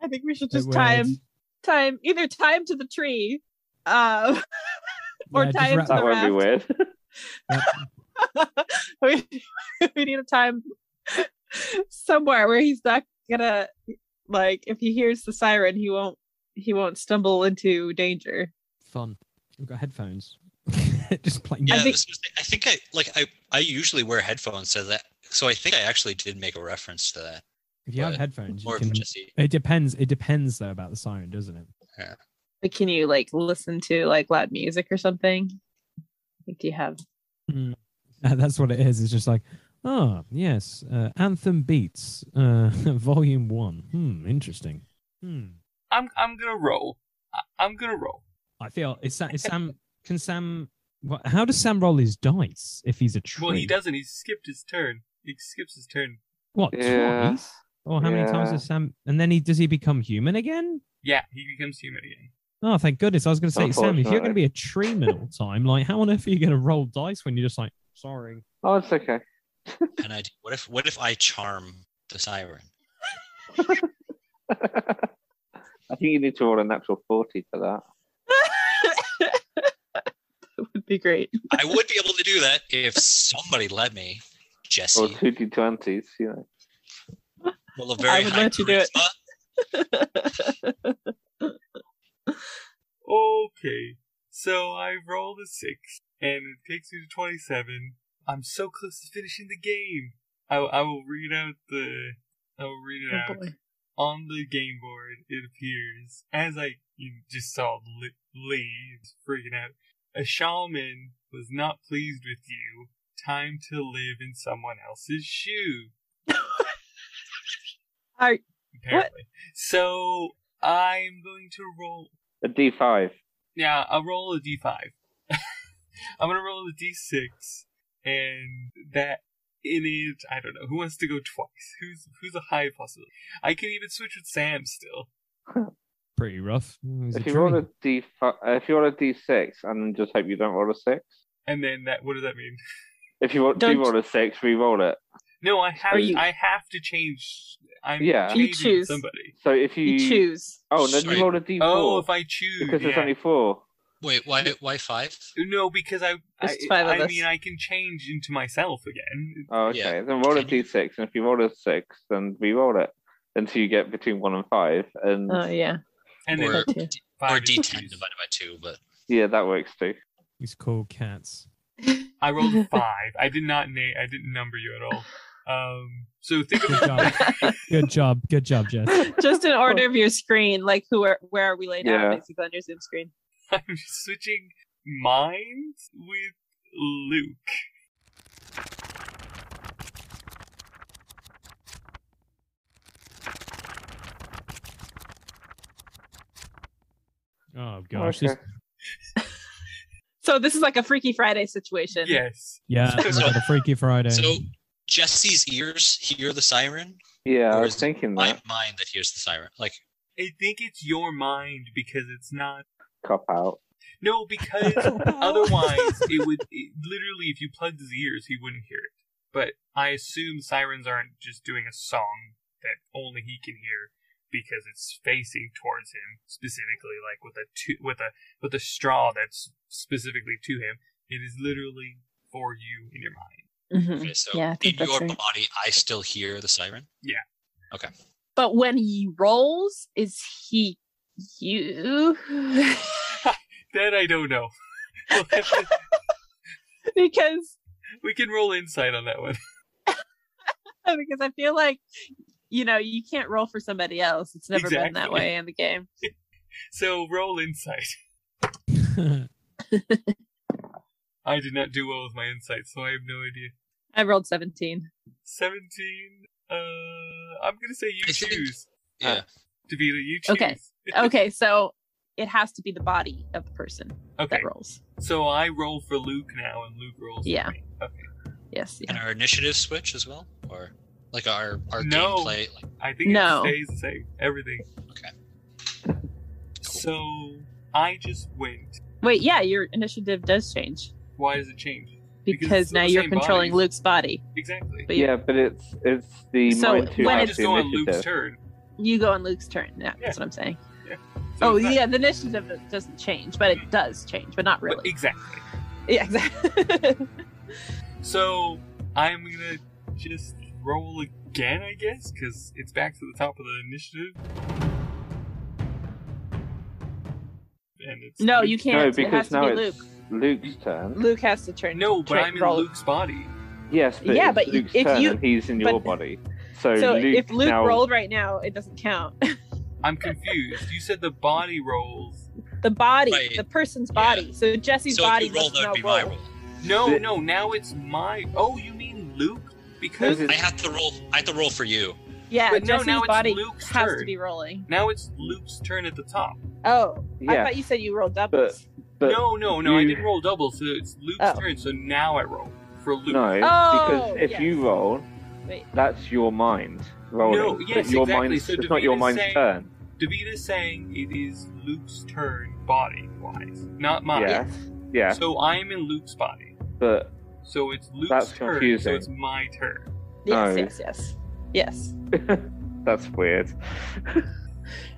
I think we should
It
just tie
would.
him, tie him, either tie him to the tree, uh, or
Yeah, just
tie him
wrap-
to
That
the
won't be weird.
raft. we, we need to tie him somewhere where he's not gonna like if he hears the siren, he won't he won't stumble into danger.
fun. I've got headphones. Just playing.
Yeah,
I
I
think-
think, I, think I like I I usually wear headphones, so that so I think I actually did make a reference to that,
if you have
but
headphones, you
or
can.
just
It depends. It depends though about the siren, doesn't it?
But can you like listen to like loud music or something? Like, do you have
Uh, That's what it is. It's just like, oh yes, uh, anthem beats, uh, volume one. Hmm, interesting. Hmm.
I'm I'm gonna roll. I- I'm gonna roll.
I feel is, Sa- is Sam. Can Sam? What, how does Sam roll his dice if he's a tree?
Well, he doesn't. He skipped his turn. He skips his turn.
What
Yeah.
twice? Or how many times
Yeah.
does Sam? And then he does he become human again?
Yeah, he becomes human again.
Oh, thank goodness. I was going to say, Sam, if you're going to
Unfortunately.
be a tree man all the time, like how on earth are you going to roll dice when you're just like, sorry?
Oh, it's okay.
and I what if what if I charm the siren?
I think you need to roll a natural 40 for that.
It would be great.
I would be able to do that if somebody let me.
Or
Jesse,
2d20s, you know.
well, a very
would
high
let you do it.
charisma.
Okay, so I rolled a six, and it takes me to twenty-seven. I'm so close to finishing the game. I, I will read out the. I will read it
Oh
out
boy.
on the game board. It appears as I you just saw Li- Lee is freaking out. A shaman was not pleased with you. Time to live in someone else's shoe.
Are-
apparently. So I'm going to roll
A d5.
yeah, I'll roll a d5. I'm gonna roll a d6, and that in it. I don't know. Who wants to go twice? Who's who's a high possibility? I can even switch with Sam still.
Pretty rough. It was a
If you
tree.
roll a D, fi- uh, if you roll a D six, and just hope you don't roll a six.
And then that what does that mean?
If you roll, do
Don't-
roll a six, re-roll it.
No, I have
Or you-
I have to change I'm
Yeah.
You
changing
choose.
somebody.
So if you,
You choose.
oh no,
Sorry.
you roll a D four
Oh, if I choose
because there's
yeah.
only four.
Wait, why why five?
No, because I I,
There's five of
I
us.
mean I can change into myself again.
Oh, okay.
Yeah.
Then roll a
Can you-
D six, and if you roll a six, then re-roll it until you get between one and five, and
Oh yeah.
And then
Or,
that too.
or
five is
D10 divided
choose.
by two, but
yeah, that works too.
These cool cats.
I rolled a five. I did not na- I didn't number you at all. Um so think
Good
about
job. Good job. Good job, Jess.
Just in order of your screen, like who are where are we laid
Yeah.
out basically on your Zoom screen.
I'm switching minds with Luke.
Oh gosh.
Okay.
This,
So this is like a Freaky Friday situation.
Yes.
yeah,
So-
we got a Freaky Friday.
so Jesse's ears hear the siren.
Yeah, I
Or
was
is it
thinking
My
that
mind that hears the siren. Like
I think it's your mind because it's not.
cop out.
No, because
Oh.
otherwise it would it, literally if you plugged his ears he wouldn't hear it. But I assume sirens aren't just doing a song that only he can hear because it's facing towards him specifically, like with a to, with a with a straw that's specifically to him. It is literally for you in your mind.
Mhm.
okay, so
Yeah, I
in
think that's
your
right.
body, I still hear the siren.
But when he rolls, is he you?
That I don't know. We'll have to-
because
we can roll insight on that one.
because I feel like you know you can't roll for somebody else. It's never been that
Exactly.
way in the game.
So roll insight. I did not do well with my insight, so I have no idea.
I rolled seventeen.
17. Uh, I'm going to say you
I think-
choose.
Yeah.
to be you choose.
Okay. Okay, so it has to be the body of the person
Okay.
that rolls.
So I roll for Luke now, and Luke rolls. for
Yeah.
me. Okay.
Yes.
And
Yeah.
our initiative switch as well? Or like our, our
No.
gameplay? Like,
I think
No.
it stays the same. Everything.
Okay.
So I just went.
Wait. Yeah, your initiative does change
Why does it change? Because
because,
it's
now
the
you're
same
controlling
body.
Luke's body.
Exactly.
But
Yeah, but it's it's the
So
mind who
when
I
has
it's-
just
the
go on Luke's
initiative.
turn.
You go on Luke's turn. Yeah, that's what I'm saying.
So
oh
it's not-
yeah, the initiative doesn't change, but it does change, but not
but
really.
Exactly.
Yeah, exactly.
So I'm gonna just roll again, I guess, because it's back to the top of the initiative. And it's
no,
Luke-
you
No,
can't. it
because
has to
now
be Luke.
it's Luke's turn.
Luke has to turn.
No, but
turn-
I'm in
roll.
Luke's body.
Yes, but
Yeah,
it's
but
Luke's
if
turn
you-
and he's in
but-
your body. So,
So
Luke
if Luke
now,
rolled right now, it doesn't count.
I'm confused. you said the body rolls.
The body,
Right.
the person's body. So Jesse's
so
body
if you roll,
doesn't
that
now
would be
roll.
my roll.
No,
The-
no. Now it's my. Oh, you mean Luke?
This
Because
I
is-
have to roll. I have to roll for you.
Yeah,
But no,
Jesse's
now it's
body
Luke's
has
turn.
to be rolling.
now it's Luke's turn at the top.
Oh, I
yeah,
thought you said you rolled doubles.
but
no, no, no. I
you-
didn't roll double, so it's Luke's
Oh.
turn. So now I roll for Luke.
no,
Oh,
because if
yes.
you roll,
Wait.
that's your mind rolling.
No,
But
yes,
your
exactly.
mind's-
So
it's not your
Davina is
mind's
saying-
turn.
Davina's saying it is Luke's turn, body-wise, not mine.
Yeah, yeah,
So I'm in Luke's body.
but
So it's Luke's
That's
turn.
confusing.
So it's my turn.
no.
Yes, yes, yes. Yes.
that's weird.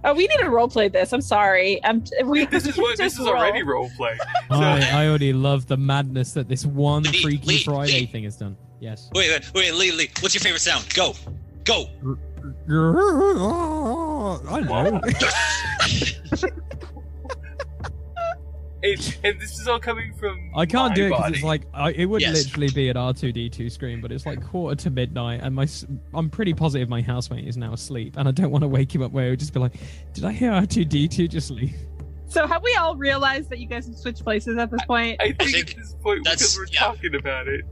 Oh, we need to role play this. I'm sorry. I'm we
This is what this
just
is already
roll.
role play.
I, I already love the madness that this one
Lee,
Freaky
Lee,
Friday
Lee.
thing has done. Yes.
Wait, wait, wait, Lee, Lee. What's your favorite sound? Go, go.
I know.
It, and this is all coming from.
I can't
my
do it because
body.
it's like I, it would
Yes.
literally be an R two D two screen, but it's like quarter to midnight, and my s- I'm pretty positive my housemate is now asleep, and I don't want to wake him up where he would just be like, "Did I hear R two D two just leave?"
So have we all realized that you guys have switched places at this point?
I think,
think
at this point, because
that's-
we're
yeah.
talking about it,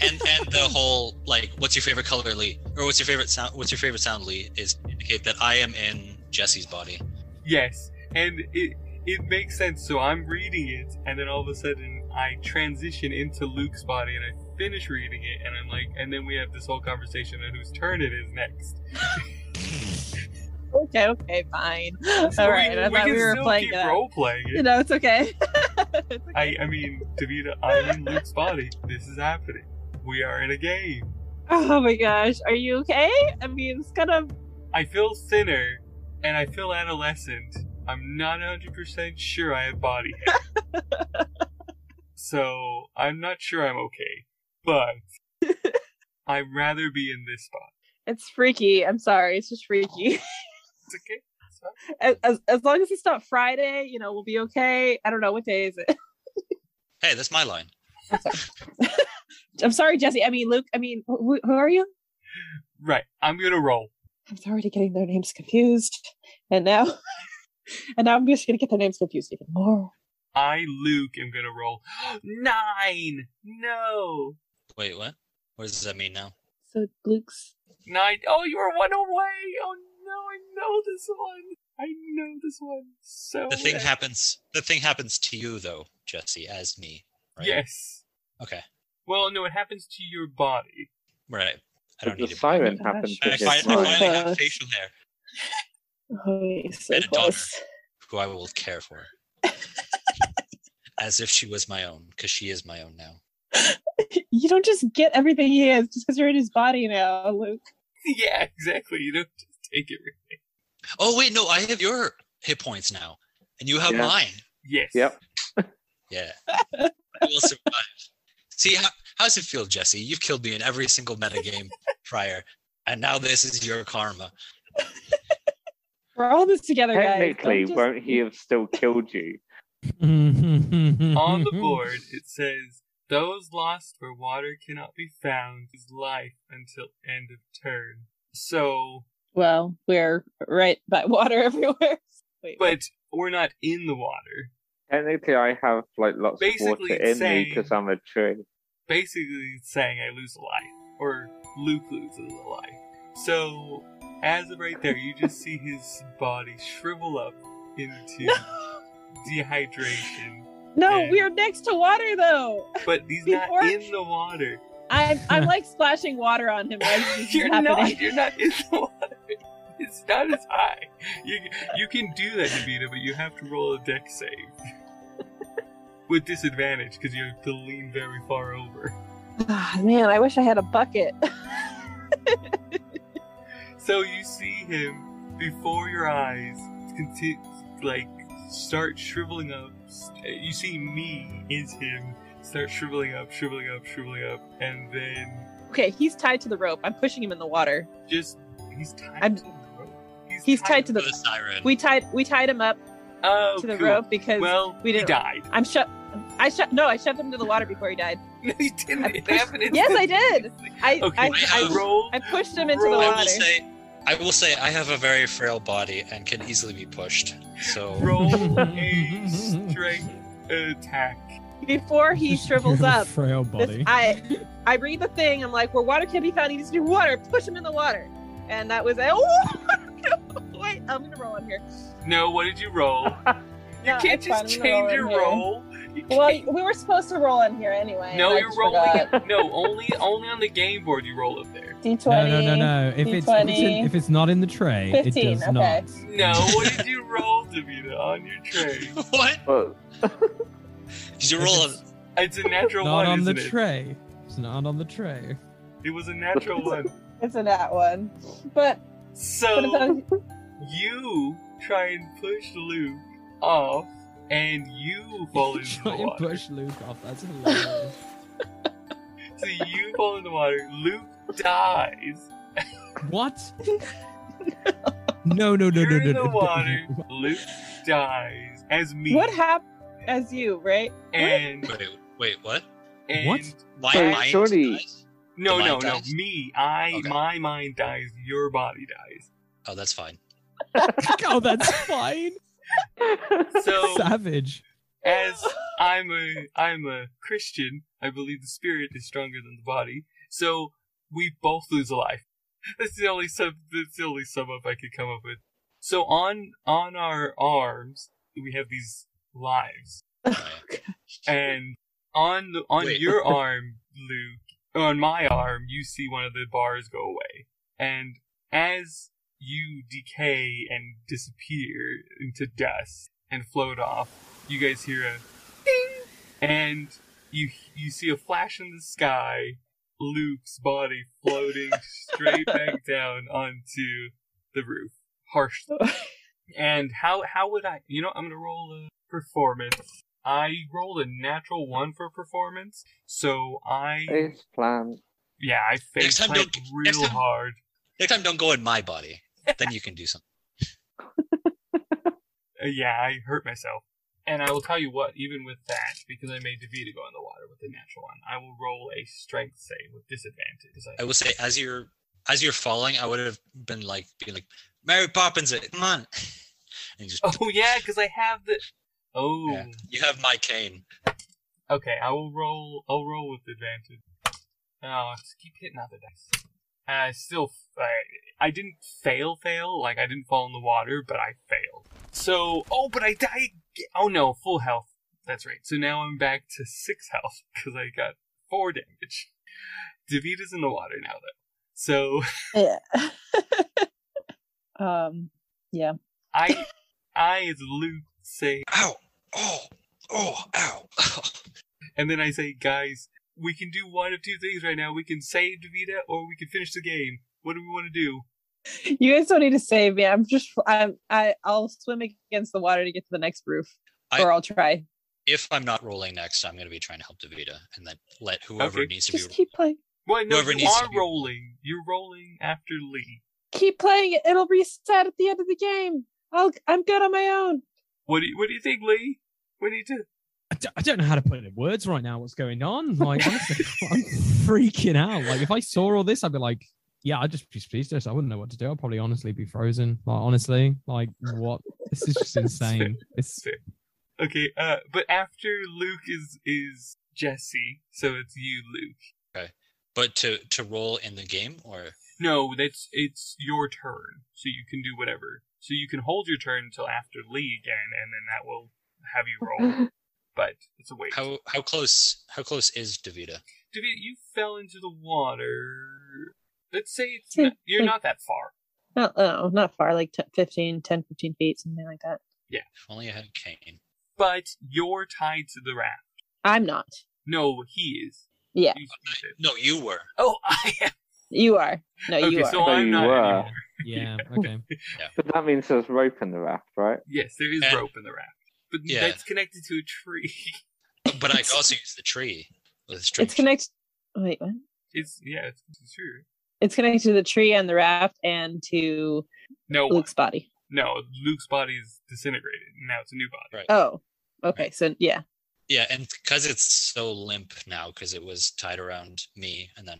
And and the whole like, what's your favorite color, Lee? Or what's your favorite sound? What's your favorite sound, Lee? Is indicate that I am in Jesse's body.
yes, and it, it makes sense. So I'm reading it, and then all of a sudden I transition into Luke's body, and I finish reading it, and I'm like, and then we have this whole conversation on whose turn it is next.
Okay, okay, fine.
So
All right, I
we
thought
can
we were
still
playing
keep
that.
role playing
You
it.
know, it's okay. It's okay.
I, I mean, Davina, I'm in Luke's body. This is happening. We are in a game.
Oh my gosh, are you okay? I mean, it's kind of
I feel thinner, and I feel adolescent. I'm not 100% sure I have body hair. so, I'm not sure I'm okay. But, I'd rather be in this spot.
it's freaky. I'm sorry, it's just freaky.
It's okay. It's fine.
As, as, as long as it's not Friday, you know, we'll be okay. I don't know what day is it.
Hey, that's my line.
I'm sorry, Jesse. I mean, Luke. I mean, who, who are you?
Right. I'm gonna roll.
I was already getting their names confused, and now, and now I'm just gonna get their names confused even more.
I, Luke, am gonna roll. Nine! No!
Wait, what? What does that mean now?
So Luke's
Nine. Oh, you were one away! Oh no, I know this one! I know this one so
The thing
well.
happens. The thing happens to you though, Jesse, as me. Right?
Yes.
Okay.
Well, no, it happens to your body.
Right. I don't
the
need it. I,
siren
Gosh.
happened to
fi- I
his
Yes,
finally
mind.
fine.
have
Close.
facial hair,
oh, he's so
And a daughter.
close.
who I will care for, as if she was my own, because she is my own now.
You don't just get everything he is just because you're in his body now, Luke.
yeah, exactly. You don't just take it.
Oh wait, no, I have your hit points now, and you have
Yeah.
mine.
Yes.
Yep.
Yeah. I will survive. See, how, how's it feel, Jesse? You've killed me in every single metagame prior, and now this is your karma.
We're all in this together, guys. Don't
Technically,
just-
won't he have still killed you?
On the board, it says, "Those lost where water cannot be found is life until end of turn." So,
Well, we're right by water everywhere. Wait,
but we're not in the water.
Technically, I have like lots of
Basically,
water
it's
in me
saying-
because I'm a tree.
Basically, it's saying I lose a life, or Luke loses a life. So, as of right there, you just see his body shrivel up into dehydration.
no,
Yeah.
we are next to water though.
But he's not
Before-
in the water.
I'm I'm like splashing water on him as this is
you're
happening.
not. You're not in the water. It's not as high. You you can do that, Davina, but you have to roll a deck save with disadvantage because you have to lean very far over.
Ah, man, I wish I had a bucket.
So you see him before your eyes, conti- like start shriveling up. You see me is him start shriveling up, shriveling up, shriveling up, and then
okay, he's tied to the rope. I'm pushing him in the water.
just he's tied
I'm-
to the rope.
He's tied to
The
the.
siren.
We tied we tied him up
oh,
to the
cool.
rope because
Well,
we
he
didn't-
died.
I'm shut. I shut. No, I shoved him to the water before he died.
No, you didn't.
I
It
pushed-
happened.
Yes, I did. I
Okay,
I,
Wait,
I,
how?
roll.
I pushed him into the
Roll.
I
water.
will say, I will say, I have a very frail body and can easily be pushed. So
Roll a strength attack.
Before he shrivels
Your
up,
Frail body.
this, I I read the thing. I'm like, where water can be found, he needs to be water. Push him in the water, and that was it. Oh, wait, I'm gonna roll on here.
No, what did you roll? You
No,
can't
it's
just
fine, I'm gonna
change
roll
your
in here.
roll. You
Well,
can't-
we were supposed to roll in here anyway.
no,
and I
you're
just
rolling.
forgot.
No, only only on the game board you roll up there.
D20.
no, no, no, no. If it's, if it's, in,
D20.
if it's not in the tray, it
15,
does
okay.
not.
No, what did you roll, Davina, on your tray?
what?
But
Did you
If
roll? A,
it's
It's a natural
Not
one,
on the
isn't it?
tray. It's not on the tray.
It was a natural one.
It's a that one, but but it's
So
on,
you try and push Luke off, and you fall into
Try
the
and
water.
push Luke off. That's hilarious.
So you fall in the water. Luke dies.
what? No, no, no,
You're
no, no,
in
no.
the
no.
water. Luke dies as me.
what happened as you right?
And,
wait, wait, what?
and
What?
My
So
mind
surely-
dies?
No,
The
no,
mind
no.
dies?
Me. I.
Okay.
My mind dies. Your body dies.
Oh, that's fine.
oh, that's fine.
So
Savage.
as I'm a I'm a Christian, I believe the spirit is stronger than the body. So we both lose a life. That's the only sub. That's the only sum up I could come up with. So on on our arms, we have these lives,
Right.
and on the, on
Wait.
your arm, Luke, on my arm, you see one of the bars go away, and as you decay and disappear into dust and float off, you guys hear a ding, and you you see a flash in the sky. Luke's body floating straight back down onto the roof, harshly. And how how would I? You know, I'm gonna roll a performance. I rolled a natural one for performance, so I
It's planned.
yeah I
Next
face
time
planted
don't- next
real
time-
hard.
Next time, don't go in my body. Then you can do something.
Uh, yeah, I hurt myself. And I will tell you what, even with that, because I made Davida go in the water with the natural one, I will roll a strength save with disadvantage. 'cause
I will say, as you're as you're falling, I would have been like, being like, Mary Poppins, it, come on. And you just,
oh yeah, because I have the. Oh,
Yeah. you have my cane.
okay. I will roll. I'll roll with advantage. Oh, I just keep hitting other dice. And I still, I, I didn't fail, fail. Like I didn't fall in the water, but I failed. So, oh, but I died. ag- Oh no, full health. That's right. So now I'm back to six health because I got four damage. Davita's in the water now, though. So
Yeah. um.
I, I as Luke say,
Ow! Oh! Oh! Ow!
and then I say, guys, we can do one of two things right now. We can save Davita, or we can finish the game. What do we want to do?
You guys don't need to save me. I'm just. I'm. I. I'll swim against the water to get to the next roof,
I-
or I'll try.
If I'm not rolling next, I'm going to be trying to help Davida, and then let whoever
Okay.
needs to
Just
be.
keep playing.
Well, no,
Whoever
you
needs to
are
be-
rolling. You're rolling after Lee.
Keep playing. it. It'll reset at the end of the game. I'll. I'm good on my own.
What do you, what do you think, Lee? What do you do?
I d- I don't know how to put it in words right now. What's going on? Like, honestly, I'm freaking out. Like, if I saw all this, I'd be like, yeah, I'd just be speechless. I wouldn't know what to do. I'd probably honestly be frozen. Like, honestly, like, what? This is just insane. It's
Okay, uh, but after Luke is is Jesse, so it's you, Luke.
But to to roll in the game, or
No, that's it's your turn, so you can do whatever. So you can hold your turn until after Lee again, and then that will have you roll. but it's a wait. Davita,
how how close how close is Davida?
you fell into the water. Let's say it's
Hmm,
not, you're
like-
not that far.
Not. Oh, not far. Like 10, 15, 10, 15 feet, something like that.
If only I had a cane.
But you're tied to the raft.
I'm not.
No, he is.
Yeah.
You- you said-
No, you were.
Oh, I am.
You are. No,
Okay,
you are.
so
So
I'm
you
not
were.
anymore.
yeah, okay.
But that means there's rope in the raft, right?
Yes, there is
And-
rope in the raft, but
Yeah.
that's connected to a tree.
But I could also use the tree with a string.
it's connected. Wait. What?
It's yeah, it's, it's true.
It's connected to the tree and the raft and to
No,
Luke's body.
no, Luke's body is disintegrated. and Now it's a new body.
Oh. Okay. So yeah.
Yeah, and because it's so limp now, because it was tied around me, and then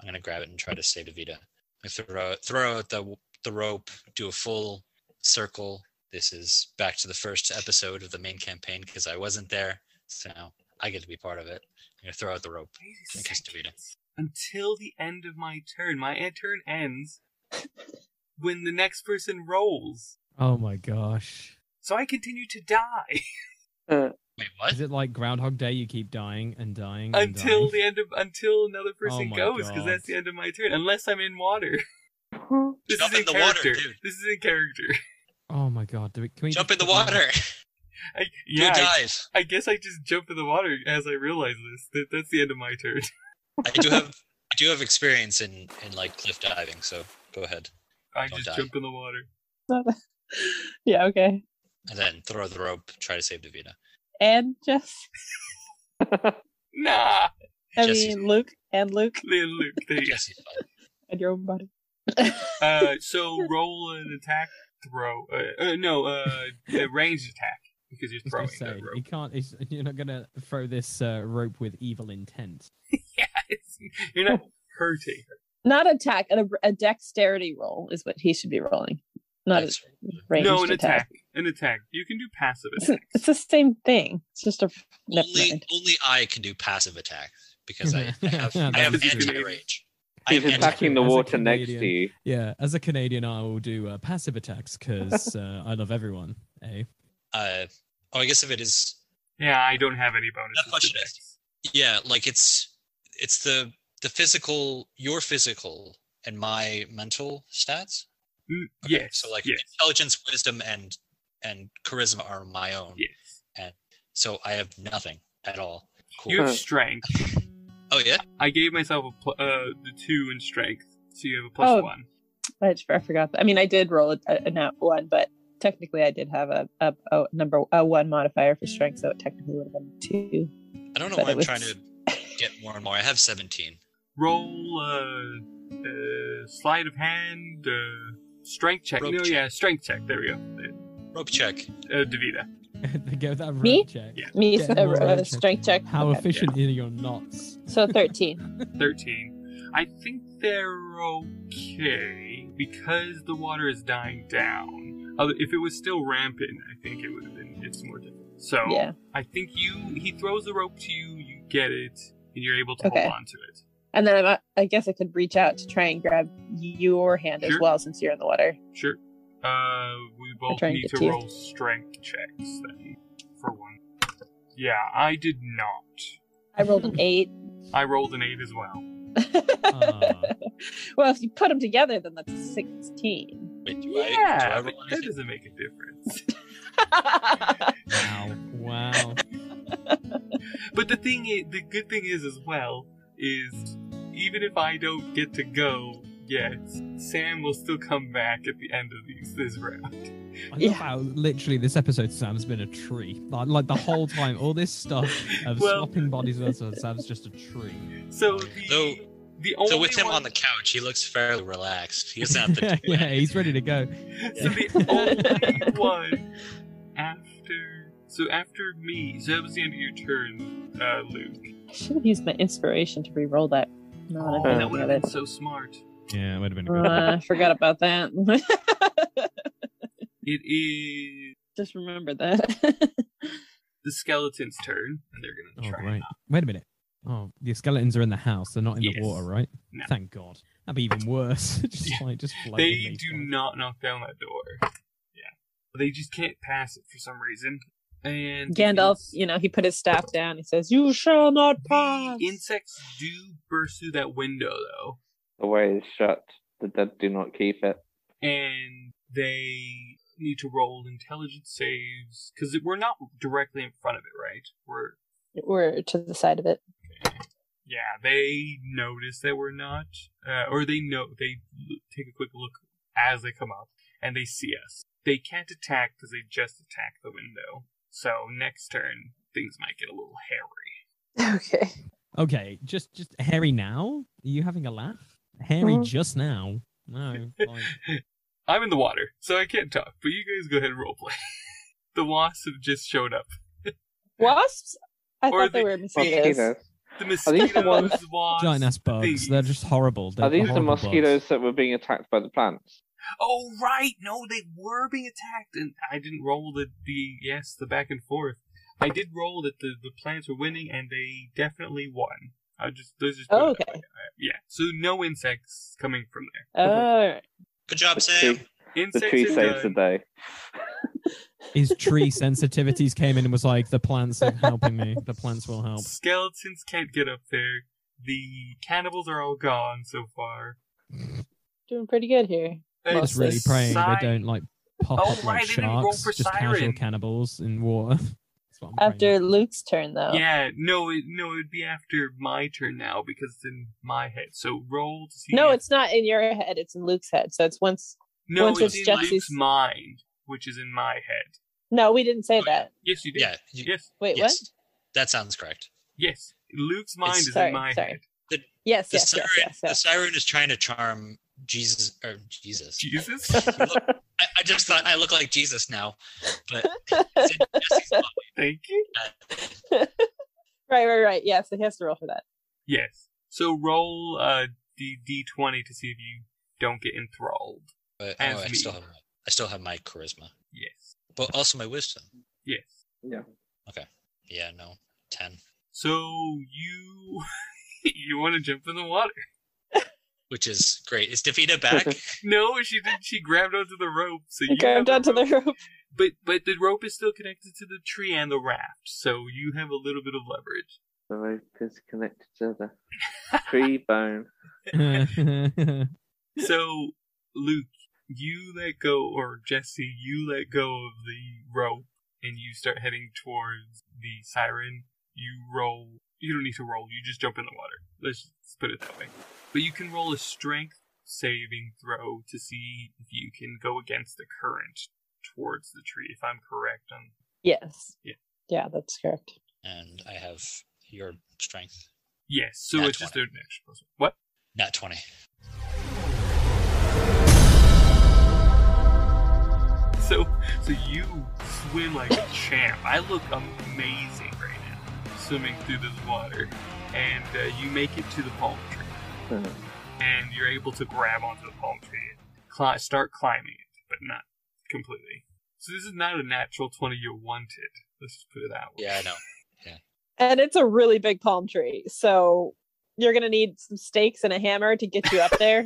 I'm gonna grab it and try to save Davida. I throw out- throw out the the rope, do a full circle. This is back to the first episode of the main campaign because I wasn't there, so now I get to be part of it. I'm gonna throw out the rope.
Wait a
I guess
second.
Davida.
Until the end of my turn, my en- turn ends when the next person rolls.
Oh my gosh.
So I continue to die
Wait, what?
Is it like Groundhog Day? You keep dying and dying and
until
dying?
the end of until another person
Oh my
goes because
God.
that's the end of my turn unless I'm in water. This
Jump
is in,
in the water,
character.
dude.
this is in character.
Oh my god. Do we, can we
Jump in
just-
the water.
I,
Do
yeah,
a
I-
dive.
I guess I just jump in the water as I realize this. That that's the end of my turn.
I do have I do have experience in in like cliff diving, so go ahead.
I
Don't
just
die.
jump in the water.
yeah. Okay.
And then throw the rope, try to save Davida.
And just.
Nah,
I
Jesse's-
mean, Luke and Luke
little Luke. There you
Jesse's fine.
and your own body.
go. Uh, so roll an attack throw. Uh, uh, no, uh, a ranged attack because you're
I was
throwing that
gonna say, you
rope.
can't. It's, you're not gonna throw this uh, rope with evil intent.
Yeah, it's, you're not hurting. her.
Not attack, a, a dexterity roll is what he should be rolling. Not a
Thanks.
ranged
No, an
attack.
attack. An attack. You can do passive
It's,
attack.
it's the same thing. It's just a. Never
only,
mind.
only I can do passive attack because I, I have,
Yeah,
I have
that's true.
anti rage. I
He's
have anti
attacking the
As a
water next to
Canadian.
you.
Yeah, as a Canadian, I will do uh, passive attacks because uh, I love everyone. Eh?
Uh, oh, I guess if it is,
Yeah, I don't have any bonuses.
That's what
to
she does.
dex.
yeah, like it's it's the the physical, your physical, and my mental stats.
Mm,
Okay,
Yes.
So like
yes,
intelligence, wisdom, and and charisma are my own.
yes.
So I have nothing at all. Cool.
You have
Huh.
strength.
oh yeah.
I gave myself a pl- uh, the two in strength, so you have a plus
Oh.
one.
I just I forgot. that- I mean, I did roll a, a nat one, but technically I did have a, a, a number a one modifier for strength, so it technically would have been two.
I don't know
But
why
it
I'm
was-
trying to get more and more. I have 17.
Roll uh, uh, sleight of hand, uh, strength check.
Rope
no,
check.
yeah, strength check. There we go.
Rope check.
Uh, Davida.
they gave that a
Me?
rope check.
Yeah.
Me,
Yeah,
a,
roll
a
check.
strength check.
How
Okay.
efficient are your knots?
So thirteen.
13. I think they're okay because the water is dying down. Although If it was still rampant, I think it would have been. It's more difficult. So
Yeah,
I think you. He throws the rope to you. You get it, and you're able to
Okay.
hold on to it.
and then I'm, uh, I guess I could reach out to try and grab your hand as
Sure.
well since you're in the water.
Sure. Uh, we both
trying to
need
get
to
to you.
roll strength checks then, for one. Yeah, I did not.
I rolled an eight.
I rolled an eight as well.
Ah.
well, if you put them together, then that's sixteen.
Wait, do
yeah,
I, do
but
I roll
that
anything?
doesn't make a difference.
Wow. Wow.
But the thing, i the good thing is as well, is even if I don't get to go yet, Sam will still come back at the end of these this round.
I
Yeah.
love how literally this episode Sam's been a tree. Like, like the whole time, all this stuff of
Well-
swapping bodies with us, Sam's just a tree.
So the
So-
the only
So with him
one-
on the couch, he looks fairly relaxed. He doesn't have to do
yeah, he's ready to go.
So the only one after so after me, so that was the end of your turn, uh, Luke.
I should have used my inspiration to re-roll that. No, I
Oh,
don't
that
know
would have
about
been so smart.
Yeah, it would have been a
it.
good one.
Uh, I forgot about that.
It is
Just remember that.
the skeleton's turn, and they're
Oh,
gonna try.
great. Wait a minute. Oh, the skeletons are in the house. They're not in the
Yes.
water, right?
No.
Thank God. That'd be even worse. just
Yeah.
like, just
They
floating
do
these
not knock down that door. Yeah, they just can't pass it for some reason. And the
Gandalf,
ins-
you know, he put his staff down. He says, "You shall not
the
pass."
insects do burst through that window though,
The way is shut. The dead do not keep it.
and they need to roll intelligence saves because we're not directly in front of it, right? We're
We're to the side of it.
yeah, they notice that we're not, uh, or they know they l- take a quick look as they come up and they see us. They can't attack because they just attacked the window. So next turn, things might get a little hairy.
Okay.
Okay, just just Harry now? Are you having a laugh? Harry
Mm.
Mhm.
just now? No. like-
I'm in the water, so I can't talk. But you guys go ahead and roleplay. the wasps have just showed up.
Wasps.
Or
I thought they
the-
were
Mosquitoes.
mosquitoes.
The
these
mosquitoes,
the ones-
wasps.
Giant ass bugs.
these-
They're just horrible. They're
Are these the
horrible bugs.
mosquitoes that were being attacked by the plants?
Oh right, no, they were being attacked, and I didn't roll the, the yes, the back and forth. I did roll that the, the plants were winning, and they definitely won. I just those just
Oh, okay. Oh,
yeah. So no insects coming from there.
All right.
Good job,
The
Sam.
tree, the
Insects uh,
tree
are
saves the
done.
day.
His tree sensitivities came in and was like, the plants are helping me. The plants will help.
Skeletons can't get up there. The cannibals are all gone so far.
Doing pretty good here.
And
Just really
Mostly
praying
Siren-
they don't like pop
Oh,
up like
right, they didn't roll
sharks,
for
just casual
siren.
cannibals in water. That's what I'm praying.
After Luke's turn, though.
Yeah, no, it, no, it'd be after my turn now because it's in my head. So roll to see.
No,
if-
it's not in your head. It's in Luke's head. So it's once.
no,
once
it's,
it's
in
Jesse's-
Luke's mind, which is in my head.
No, we didn't say that.
Yes, you did.
Yeah. you-
Yes,
Wait,
yes. That sounds correct.
yes. Luke's mind
It's-
is
Sorry,
in my
sorry.
head.
what? Yes,
The
yes,
siren,
yes, yes,
the
yes.
siren is trying to charm Jesus or Jesus.
Jesus.
I, I just thought I look like Jesus now, but it's in Jesse's body.
Thank you.
right, right, right. Yeah, so he has to roll for that.
Yes. So roll uh d d twenty to see if you don't get enthralled.
But
As
oh, I
me.
still have my, I still have my charisma,
Yes.
but also my wisdom.
Yes.
Yeah, no, ten,
So you you want to jump in the water?
which is great. Is Davida back?
No, she did. She grabbed onto the rope. So you
Grabbed
have
onto
the
the rope.
But but the rope is still connected to the tree and the raft, so you have a little bit of leverage.
The rope is connected to the tree bone.
So Luke, you let go, or Jesse, you let go of the rope, and you start heading towards the siren. You roll. You don't need to roll. You just jump in the water. Let's just put it that way. But you can roll a strength saving throw to see if you can go against the current towards the tree. If I'm correct on
Yes.
Yeah.
Yeah, that's correct.
and I have your strength.
Yes, so
Nat
it's just an extra plus one. What?
Nat 20.
So so you swim like a champ. I look amazing right now, swimming through this water, and uh, you make it to the palm tree,
Hmm.
and you're able to grab onto the palm tree and cli- start climbing it, but not completely. So this is not a natural twenty you wanted. Let's just put it that way.
Yeah, I know.
And it's a really big palm tree. So you're going to need some stakes and a hammer to get you up there.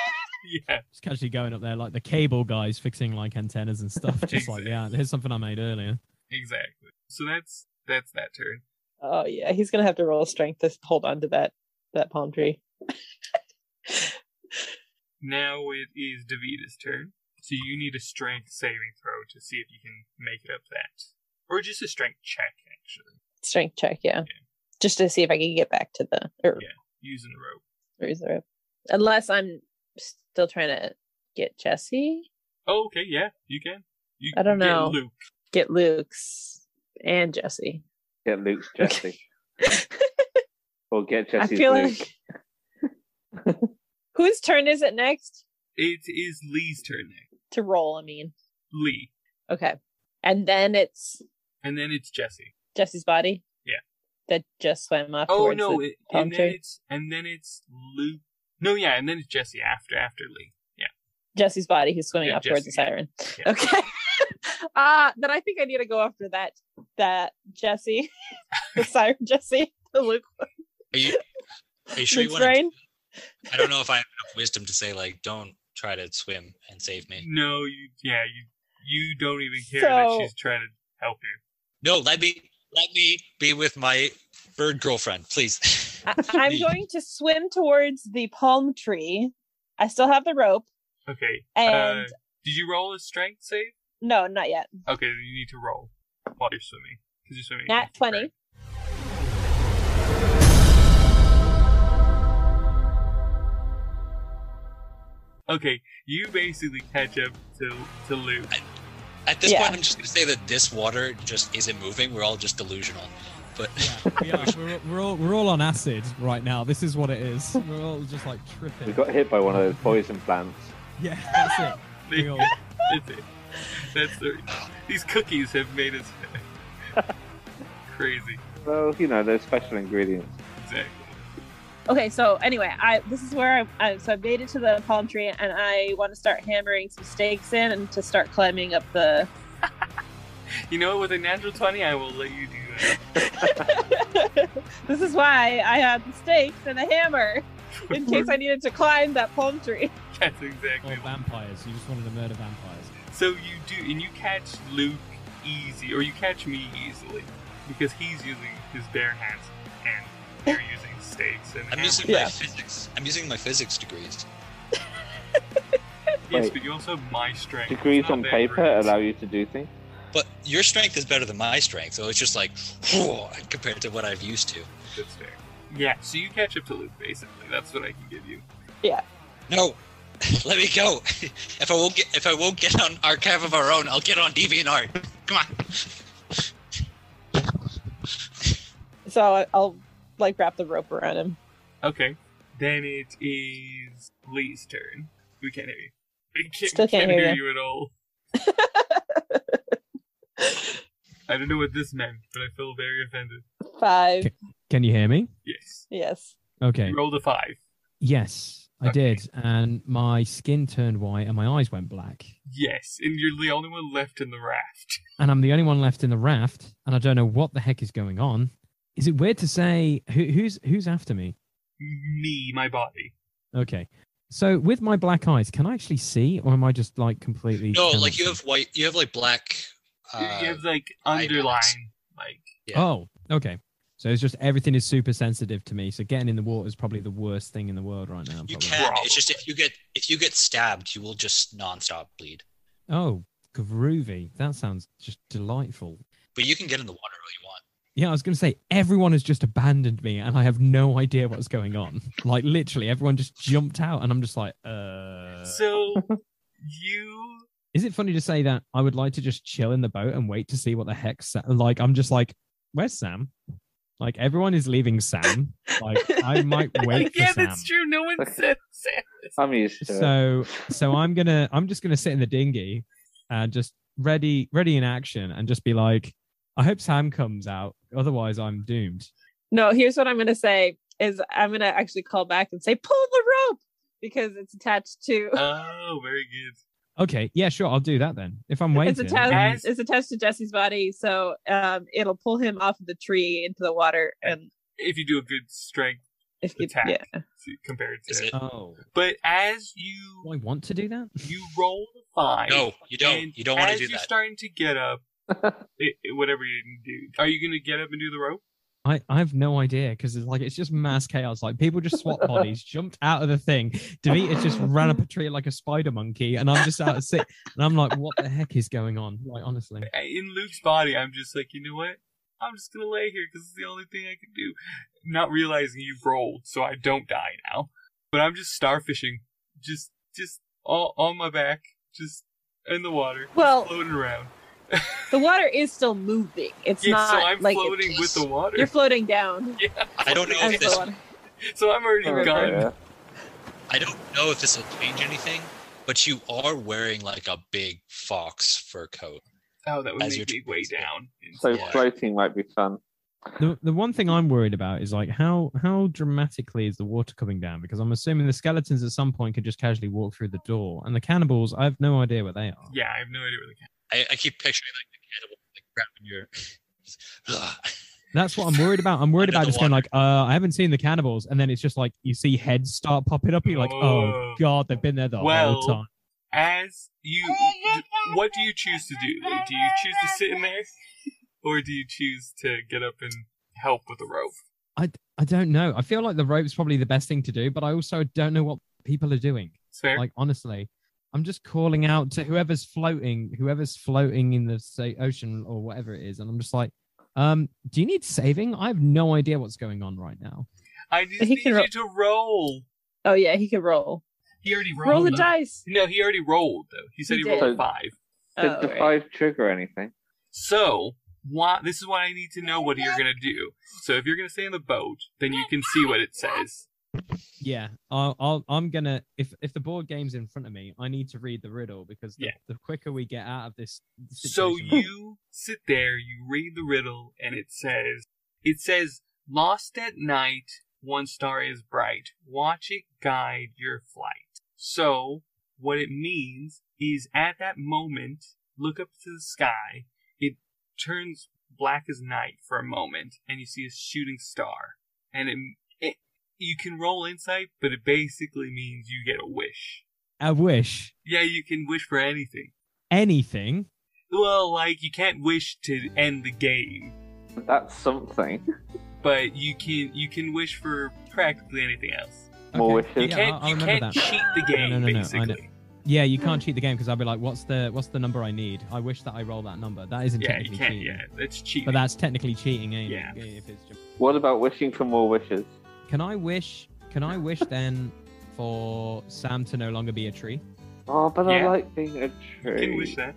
yeah,
Just casually going up there like the cable guys fixing like antennas and stuff. Just like,
Exactly.
yeah, here's something I made earlier.
exactly. So that's that's that turn.
Oh yeah, he's gonna have to roll strength to hold on to that that palm tree.
Now it is Davita's turn. So you need a strength saving throw to see if you can make it up that. Or just a strength check, actually,
Strength check, yeah. Just to see if I can get back to the or
Yeah. using the rope.
raise the rope. Unless I'm still trying to get Jesse,
Oh, okay, yeah, you can. You
I don't
can get
know.
Luke.
get Luke's and Jesse.
Get Luke's Jesse. or get
I
Jesse's
feel
Luke.
like whose turn is it next?
It is Lee's turn next.
To roll, I mean.
Lee.
Okay. And then it's
And then it's Jesse.
Jesse's body.
Yeah.
That just swam off.
Oh
towards
no,
the-
it, and
palm
then
tree.
it's and then it's Luke. No, yeah, and then it's Jesse after after Lee. Yeah.
Jesse's body who's swimming
Yeah,
up towards the
Jesse, yeah.
siren.
Yeah.
Okay. uh then I think I need to go after that that Jesse. the siren Jesse. The Luke
Are you, are you sure you
Luke's
want to?
brain.
I don't know if I have enough wisdom to say, like, don't try to swim and save me.
No, you yeah, you you don't even care that
So-
she's trying to help you.
No, let me let me be with my bird girlfriend, please.
I, I'm
Lee.
going to swim towards the palm tree. I still have the rope.
Okay.
And
uh, did you roll a strength save?
no, not yet.
Okay, then you need to roll while you're swimming. Because you're swimming.
Nat
against the
20.
current. Okay, you basically catch up to to Luke.
At this
Yeah.
point, I'm just going to say that this water just isn't moving. We're all just delusional. But
Yeah, we are. We're, we're, all, we're all on acid right now. This is what it is. We're all just like tripping.
We got hit by one of those poison plants.
Yeah, that's it. We all-
That's it. That's the, these cookies have made us crazy.
Well, you know, they're special ingredients.
Exactly.
Okay, so anyway, I this is where I, I so I made it to the palm tree, and I want to start hammering some stakes in and to start climbing up the.
You know, what, with a natural twenty, I will let you do that.
this is why I had the stakes and a hammer in case I needed to climb that palm tree.
That's
Or
exactly.
Oh,
what-
vampires. You just wanted to murder vampires.
So you do, and you catch Luke easy, or you catch me easily, because he's using his bare hands, and you're using stakes and.
I'm
hammers.
using
Yeah.
my physics. I'm using my physics degrees.
Yes,
Wait.
but you also have my strength.
Degrees
It's not
on
that
paper
great.
allow you to do things.
But your strength is better than my strength, so it's just like compared to what I've used to.
That's fair. Yeah, so you catch up to Luke basically. That's what I can give you.
No, let me go. If I won't get if I won't get on Archive of Our Own, I'll get on DeviantArt. Come on.
So I- I'll like wrap the rope around him.
Okay. Then it is Lee's turn. We can't hear you. We can't,
Still can't hear
you. at all. I don't know what this meant, but I feel very offended.
Five.
Okay. Can you hear me?
Yes.
Yes.
Okay.
You rolled a five.
Yes, I
Okay.
did, and my skin turned white and my eyes went black.
Yes, and you're the only one left in the raft.
and I'm the only one left in the raft, and I don't know what the heck is going on. Is it weird to say who, who's who's after me?
Me, my body.
Okay, So with my black eyes, can I actually see, or am I just like completely?
No,
cannot
like you
see?
have white, you have like black.
You-
Uh,
you have like
eyeballs.
underline, like
yeah.
Oh, okay. So it's just everything is super sensitive to me. So getting in the water is probably the worst thing in the world right now.
you
probably.
can. It's just if you get if you get stabbed, you will just nonstop bleed.
Oh, groovy. That sounds just delightful.
But you can get in the water all you want.
Yeah, I was going to say everyone has just abandoned me, and I have no idea what's going on. like literally, everyone just jumped out, and I'm just like, uh.
so. you
Is it funny to say that I would like to just chill in the boat and wait to see what the heck? Sa- like, I'm just like, where's Sam? Like, everyone is leaving Sam. Like, I might wait for
yeah,
Sam.
that's true. No one said Sam.
I'm used to it.
So, so I'm gonna, I'm just gonna sit in the dinghy and just ready, ready in action, and just be like, I hope Sam comes out. Otherwise, I'm doomed.
No, here's what I'm going to say is I'm going to actually call back and say, pull the rope because it's attached to,
Oh, very good.
Okay, yeah, sure, I'll do that then. If I'm waiting,
it's
and-
attached, it's attached to Jesse's body. So um, it'll pull him off of the tree into the water. And
If you do a good strength
if you,
attack
yeah.
see, compared to
Is it?
oh,
But as
do
you
I want to do that?
you roll the five,
No, you don't.
and
You don't want to
as
do
you're
that.
starting to get up, it, it- whatever you do, are you going to get up and do the rope?
I, I have no idea because it's like it's just mass chaos. Like people just swap bodies, jumped out of the thing. Davita just ran up a tree like a spider monkey, and I'm just out of sick. And I'm like, what the heck is going on? Like honestly,
In Luke's body, I'm just like, you know what? I'm just going to lay here because it's the only thing I can do. Not realizing you've rolled, so I don't die now. But I'm just starfishing, just just all on my back, just in the water,
Well,
floating around.
the water is still moving. It's
yeah,
not
so I'm
like
floating with the water.
you're floating down.
I don't know
as
if
the
this.
water-
So I'm already
Oh,
gone.
Yeah.
I don't know if this will change anything. But you are wearing like a big fox fur coat.
Oh, that would
As
make
you're-
me way down.
So
Yeah.
floating might be fun.
the the one thing I'm worried about is like how how dramatically is the water coming down? Because I'm assuming the skeletons at some point could just casually walk through the door, and the cannibals, I have no idea where they are.
yeah, I have no idea where the
I, I keep picturing like the cannibal like grabbing your.
That's what I'm worried about. I'm worried
Under
about
the
just going like, uh, I haven't seen the cannibals, and then it's just like you see heads start popping up. and You're like, oh
Oh.
god, they've been there the
Well,
whole time.
As you, what do you choose to do? Lee? Do you choose to sit in there, or do you choose to get up and help with the rope?
I don't know. I feel like the rope's probably the best thing to do, but I also don't know what people are doing.
It's fair.
Like honestly, I'm just calling out to whoever's floating, whoever's floating in the say, ocean or whatever it is, and I'm just like, um, do you need saving? I have no idea what's going on right now.
I just
he
need
can
you
ro-
to roll.
Oh, yeah, he can roll.
He already rolled.
Roll the
though.
dice.
No, he already rolled though. He said
He
he,
did.
rolled a five.
Did
Oh,
the
right.
five trigger anything?
So why, this is why I need to know what you're gonna do. So if you're gonna stay in the boat, then you can see what it says.
Yeah, I'll, I'll, I'm gonna. If if the board game's in front of me, I need to read the riddle because the,
Yeah.
the quicker we get out of this.
So
situation-
you sit there, you read the riddle, and it says, it says, lost at night, one star is bright. Watch it guide your flight. So what it means is at that moment, look up to the sky. It turns black as night for a moment, and you see a shooting star. And it, it you can roll insight, but it basically means you get a wish.
I wish
Yeah, you can wish for anything.
anything.
Well, like you can't wish to end the game,
That's something.
but you can you can wish for practically anything else.
More
Okay.
You
wishes.
Yeah,
can't
I'll- I'll
you
remember
can't
that.
cheat the game
no, no, no, I know.
basically.
Yeah, you can't cheat the game because I'll be like, what's the what's the number I need? I wish that I roll that number. That isn't
Yeah, you
technically
can't.
cheating,
Yeah, that's cheating.
but that's technically cheating. Ain't
Yeah.
It? If it's just...
What about wishing for more wishes?
Can I wish? Can I wish then for Sam to no longer be a tree?
Oh, but I
Yeah.
like being a
you
tree.
can wish that.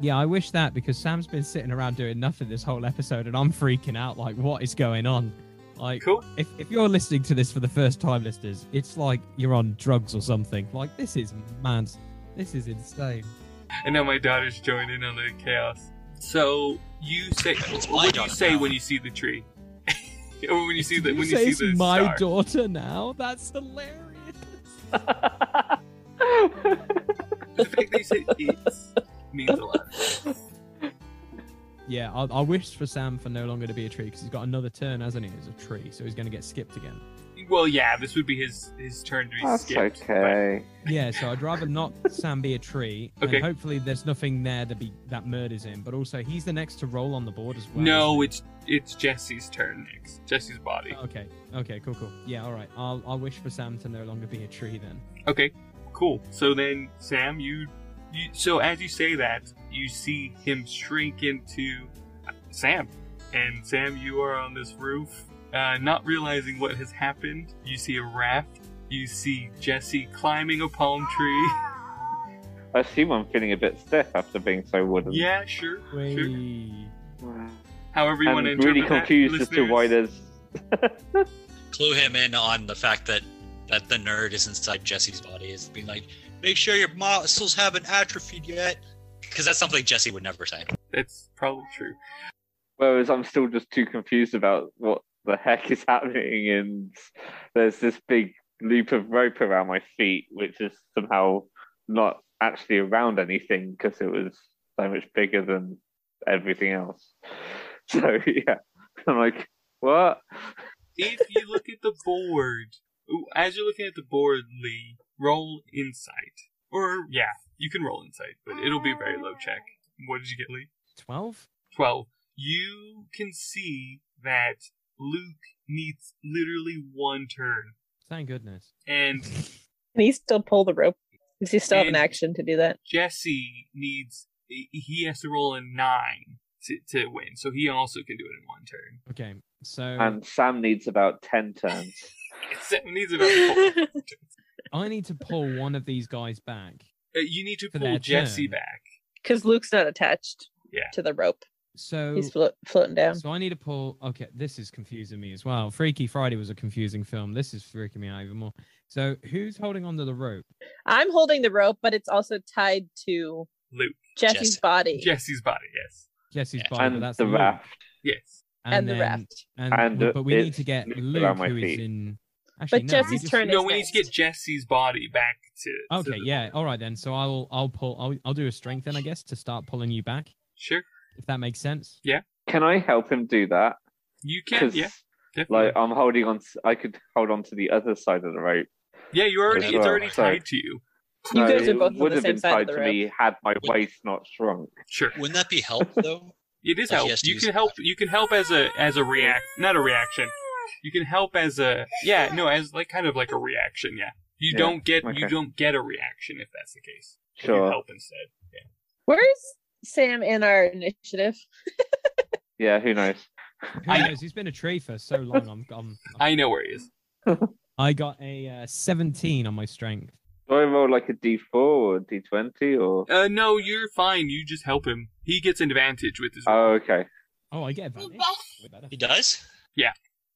Yeah, I wish that because Sam's been sitting around doing nothing this whole episode, and I'm freaking out. Like, what is going on? Like,
Cool.
if, if you're listening to this for the first time, listeners, it's like you're on drugs or something. Like, this is mad. This is insane.
And now my daughter's joined in on the chaos. So you say
It's my
what do you
daughter
say
now.
when you see the tree, or when you see the
Did
when
say
you
it's
see the
my
star?
daughter now? That's hilarious.
The fact that you said it's means a lot.
yeah, I, I wish for Sam for no longer to be a tree because he's got another turn, hasn't he? As a tree, so he's going to get skipped again.
Well, yeah, this would be his his turn to be
That's
skipped.
okay.
Yeah, so I'd rather not Sam be a tree.
Okay.
And hopefully, there's nothing there to be that murders him. But also, he's the next to roll on the board as
but-
well.
No, it's it's Jesse's turn next. Jesse's body.
Okay. Okay. Cool. Cool. Yeah. All right. I'll I'll wish for Sam to no longer be a tree then.
Okay, cool. So then, Sam, you, you so as you say that, you see him shrink into uh, Sam, and Sam, you are on this roof, uh, not realizing what has happened. You see a raft. You see Jesse climbing a palm tree.
I assume I'm feeling a bit stiff after being so wooden.
yeah, sure, sure.
Wait.
However you
I'm
want to interpret that,
really confused as to
listeners.
why there's.
Clue him in on the fact that that the nerd is inside Jesse's body. Is being like, make sure your muscles haven't atrophied yet, because that's something Jesse would never say.
That's probably true.
Whereas I'm still just too confused about what the heck is happening, and there's this big loop of rope around my feet, which is somehow not actually around anything because it was so much bigger than everything else. So yeah, I'm like, what?
if you look at the board, ooh, as you're looking at the board, Lee, roll insight. Or, yeah, you can roll insight, but it'll be a very low check. What did you get, Lee?
Twelve.
12. You can see that Luke needs literally one turn.
Thank goodness.
And
Can he still pull the rope? Does he still have an
And-
action to do that?
Jesse needs, he has to roll a 9 to, to win, so he also can do it in one turn.
Okay. So
And Sam needs about ten turns.
Sam needs about four.
I need to pull one of these guys back.
Uh, You need to
For
pull
that
Jesse
turn.
back.
Because Luke's not attached
Yeah.
to the rope.
So
He's flo- floating down.
So I need to pull. Okay, this is confusing me as well. Freaky Friday was a confusing film. This is freaking me out even more. So who's holding onto the rope?
I'm holding the rope, but it's also tied to
Luke.
Jesse's
Jesse.
body
Jesse's body, yes.
Jesse's
Yeah.
body. but
and
that's
the
Luke.
raft.
Yes.
and, the
then-
raft.
And,
And
w- but we need
it's
to get
Luke
Luke,
around my
who is
feet.
in. Actually, no, we
Jesse's
just-
turn is
No, we need to get
next.
Jesse's body back to. to
Okay,
the-
yeah. All right then. So I will. I'll pull. I'll. I'll do a strength then, I guess, to start pulling you back,
Sure.
if that makes sense.
Can I help him do that?
You can,
Because
yeah. Definitely.
like I'm holding on, s- I could hold on to the other side of the rope.
yeah, you already.
as
It's
well,
already
so-
tied to you.
No,
You guys are
it
both on the
would have
same
been
side of
tied
the
to me had my
Would-
waist not shrunk.
Sure.
Wouldn't that be help though?
It is
Like,
help.
he has to
You
use
can
it.
help. You can help as a as a react. Not a reaction. You can help as a yeah. No, as like kind of like a reaction. Yeah. You
Yeah,
don't get you
okay.
don't get a reaction if that's the case. If You
Sure.
help instead.
Where's Sam in our initiative?
Yeah, who knows?
Who
I-
knows? He's been a tree for so long. I'm. I'm
I know where he is.
I got a uh, 17 on my strength.
Do I roll like a D4 or D20 or?
Uh, no, you're fine. You just help him. He gets an advantage with his.
Oh, okay.
Oh, I get advantage. Way better.
He does.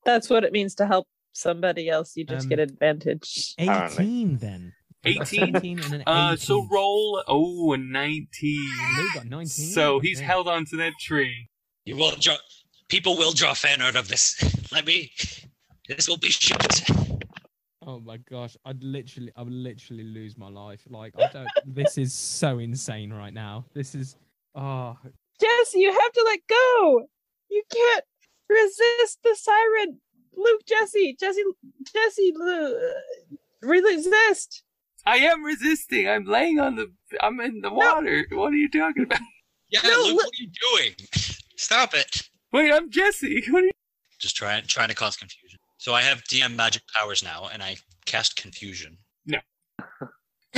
That's what it means to help somebody else. You just
Um,
get advantage.
18
Apparently.
then.
18?
17 and then
uh, so
18.
roll. Oh, a nineteen.
Lou got 19.
So he's
Okay.
held on to that tree.
You will draw. People will draw fan art of this. Let me. This will be short.
Oh my gosh, I'd literally, I would literally lose my life. Like I don't. this is so insane right now. This is. Oh,
Jesse, you have to let go. You can't resist the siren. Luke, Jesse, Jesse, Jesse, Lu- resist.
I am resisting. I'm laying on the. I'm in the water. What are you talking about?
Yeah,
No,
Luke,
look-
what are you doing? Stop it.
Wait, I'm Jesse. What are you?
Just trying trying to cause confusion. So I have DM magic powers now, and I cast confusion.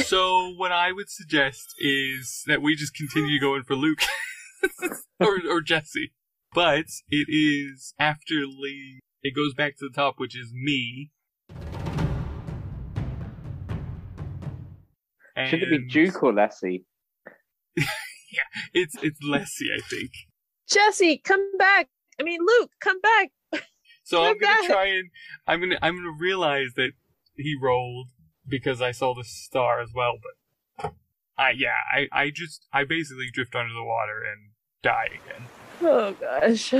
So what I would suggest is that we just continue going for Luke or or Jesse. But it is after Lee. It goes back to the top, which is me.
Should it be
And
Duke or Lessie?
It's it's Leslie, I think.
Jesse, come back. I mean, Luke, come back.
So I'm
You're
gonna
back.
try and I'm gonna I'm gonna realize that he rolled because I saw the star as well, but I yeah, I, I just I basically drift under the water and die again.
Oh, gosh.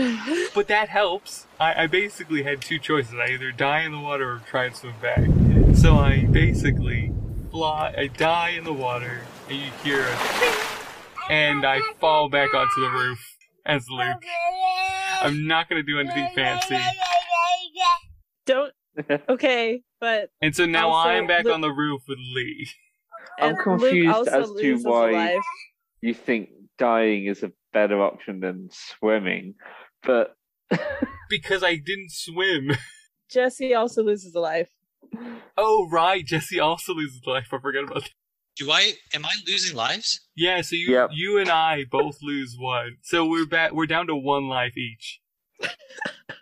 But that helps. I, I basically had two choices. I either die in the water or try and swim back. So I basically fly I die in the water and you hear a thing, and I fall back onto the roof as Luke. I'm not gonna do anything fancy.
Don't. Okay, but
And so now
Also,
I'm back
Luke-
on the roof with Lee.
I'm
and
confused
Luke also
as to
loses
why-
Alive.
you think dying is a better option than swimming, but
Because I didn't swim.
Jesse also loses a life.
Oh right, Jesse also loses life. I forgot about that.
Do I? Am I losing lives?
Yeah, so you
Yep.
you and I both lose one. So we're back we're down to one life each.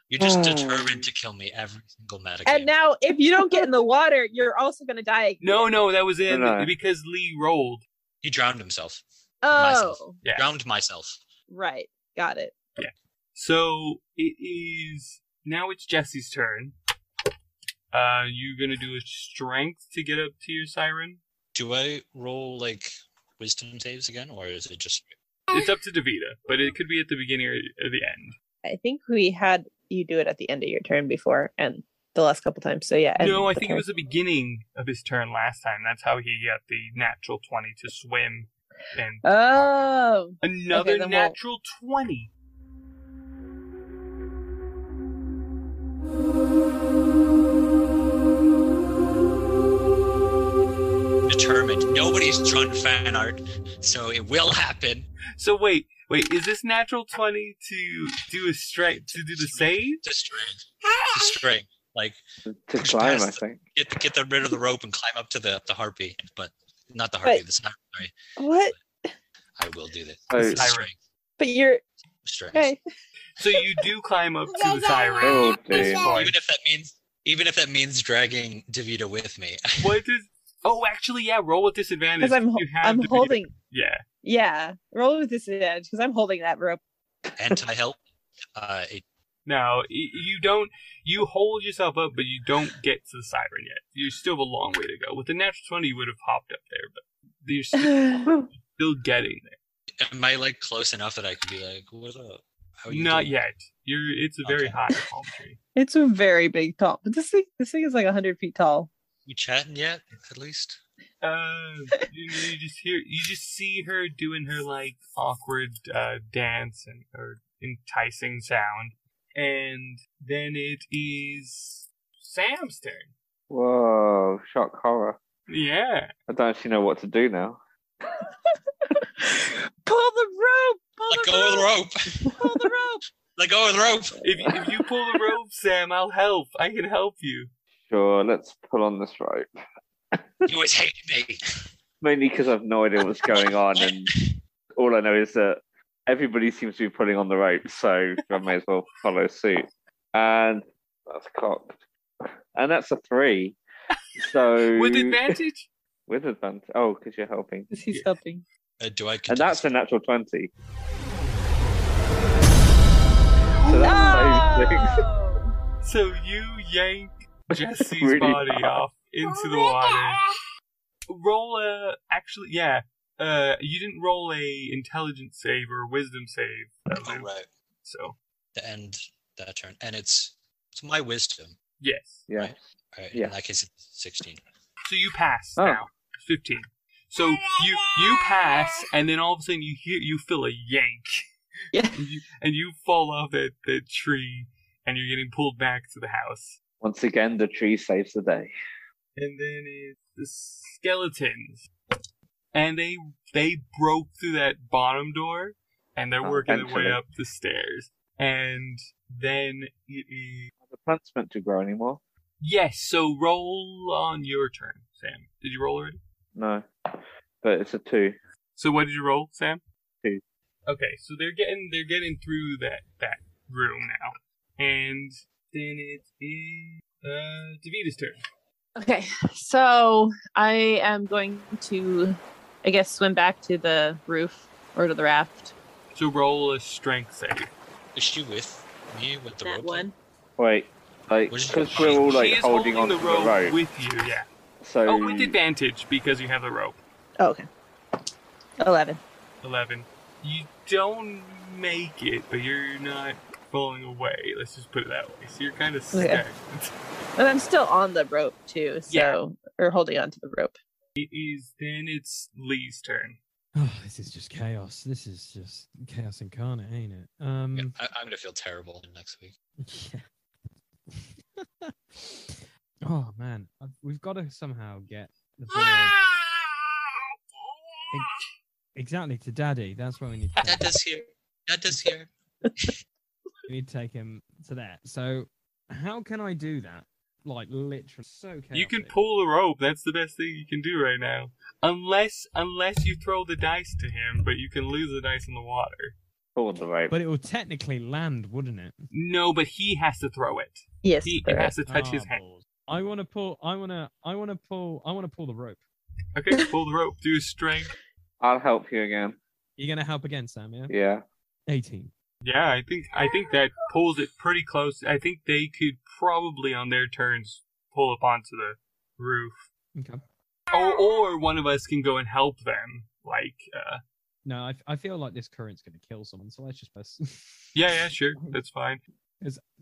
You're just
Oh.
determined to kill me every single meta
And
game.
now, if you don't get in the water, you're also gonna die.
No, no, that was it
No, no.
because Lee rolled.
he drowned himself.
Oh,
myself. Drowned myself.
right, got it.
So it is now it's Jesse's turn. Uh you gonna do a strength to get up to your siren?
Do I roll like wisdom saves again, or is it just?
It's up to Davida, but it could be at the beginning or or the end.
I think we had you do it at the end of your turn before, and the last couple times. So yeah. end
no,
of
I
the
think
turn.
it was the beginning of his turn last time. That's how he got the natural twenty to swim and
Oh,
Another
Okay, then we'll-
natural 20.
determined. Nobody's drawn fan art, so it will happen.
So wait, wait, is this natural 20 to do a strike to do the save?
The string, the string. Like
to climb, I
Yes.
think.
get the, get the, rid of the rope and climb up to the the harpy, but not the harpy.
But-
The siren. Sorry,
what?
I will do this.
Oh.
The
Siren.
string,
But you're
string.
okay.
So you do climb up to the siren.
Oh dear.
Even if that means, even if that means dragging Davida with me,
What is Oh, actually, yeah, roll with disadvantage.
Because I'm
You have
I'm
to be-
holding.
Yeah.
Yeah, roll with disadvantage because I'm holding that rope.
anti help. Uh, it,
No, y- you don't. You hold yourself up, but you don't get to the siren yet. You still have a long way to go. With the natural 20, you would have hopped up there, but you're still, still getting there.
am I like close enough that I could be like, what up? How Oh, you
Not
doing?"
yet. You're. It's a very
Okay.
high palm tree.
It's a very big tall, but this thing this thing is like hundred feet tall.
You chatting yet? At least.
Uh, you, you just hear, you just see her doing her like awkward uh, dance and or enticing sound, and then it is Sam's turn.
Whoa, shock horror.
Yeah,
I don't actually know what to do now.
Pull the rope! Pull
Let
the
go of the
rope!
rope.
Pull the rope!
Let go of the rope.
if if you pull the rope, Sam, I'll help. I can help you.
Sure, let's pull on this rope.
You always hated me.
Mainly because I've no idea what's going on, and all I know is that everybody seems to be pulling on the rope, so I may as well follow suit. And that's cocked. And that's a three. So
With advantage,
With advantage. Oh, because you're helping.
He's helping.
Uh, do I?
And
contest?
that's a natural 20. So that's so
Ah!
sick.
Oh.
so you yank Jesse's
Really
body
hard.
off into the water. Roll a actually, yeah. Uh, you didn't roll a intelligence save or wisdom save, uh,
Oh,
Lou,
right.
so
The end that turn, and it's it's my wisdom.
yes.
Yeah.
All right.
Yeah.
In that case, it's sixteen.
So you pass
Oh.
now. Fifteen. So you you pass, and then all of a sudden you hear you feel a yank,
Yeah.
and, you, and you fall off that that tree, and you're getting pulled back to the house.
Once again, the tree saves the day.
And then it's the skeletons, and they they broke through that bottom door, and they're
Oh,
working their
eventually.
way up the stairs. And then it is
Are the plant's meant to grow anymore?
yes. So roll on your turn, Sam. Did you roll already?
No. But it's a two.
So what did you roll, Sam?
Two.
Okay, so they're getting they're getting through that that room now, and then it is uh Davita's turn.
Okay, so I am going to, I guess, swim back to the roof or to the raft.
So roll a strength save.
Is she with me with the
that
rope?
one.
Wait. Like,
We're just
because
gonna
we're
find-
all
She
like
she is
holding, on to
the rope
the rope. Um,
with you. Yeah.
So,
Oh, with advantage because you have the rope.
Oh, okay. 11.
Eleven. You don't make it, but you're not falling away. Let's just put it that way. So you're kind of stuck.
Okay. And I'm still on the rope, too. So,
Yeah.
or holding on to the rope.
It is then it's Lee's turn.
Oh, this is just chaos. This is just chaos incarnate, ain't it? Um,
Yeah, I, I'm gonna feel terrible next week.
Yeah. oh man, i we've got to somehow get the
Ah!
bird exactly to Daddy. That's where we need. To
That
take him.
does here. That does here.
We need to take him to that. So, how can I do that? Like literally, so chaotic.
You can pull the rope. That's the best thing you can do right now. Unless, unless you throw the dice to him, but you can lose the dice in the water.
Pull the rope.
but it will technically land, wouldn't it?
No, but he has to throw it.
Yes.
He it has
correct.
to touch his
Ah,
hand.
balls. I want to pull. I want to. I want to pull. I want to pull the rope.
Okay, pull the rope. Do a strength.
I'll help you again.
You're gonna help again, Sam. Yeah.
Yeah.
18.
Yeah, I think I think that pulls it pretty close. I think they could probably on their turns pull up onto the roof,
Okay.
or or one of us can go and help them. Like, uh,
No, I, I feel like this current's gonna kill someone, so let's just best.
yeah, yeah, sure, that's fine.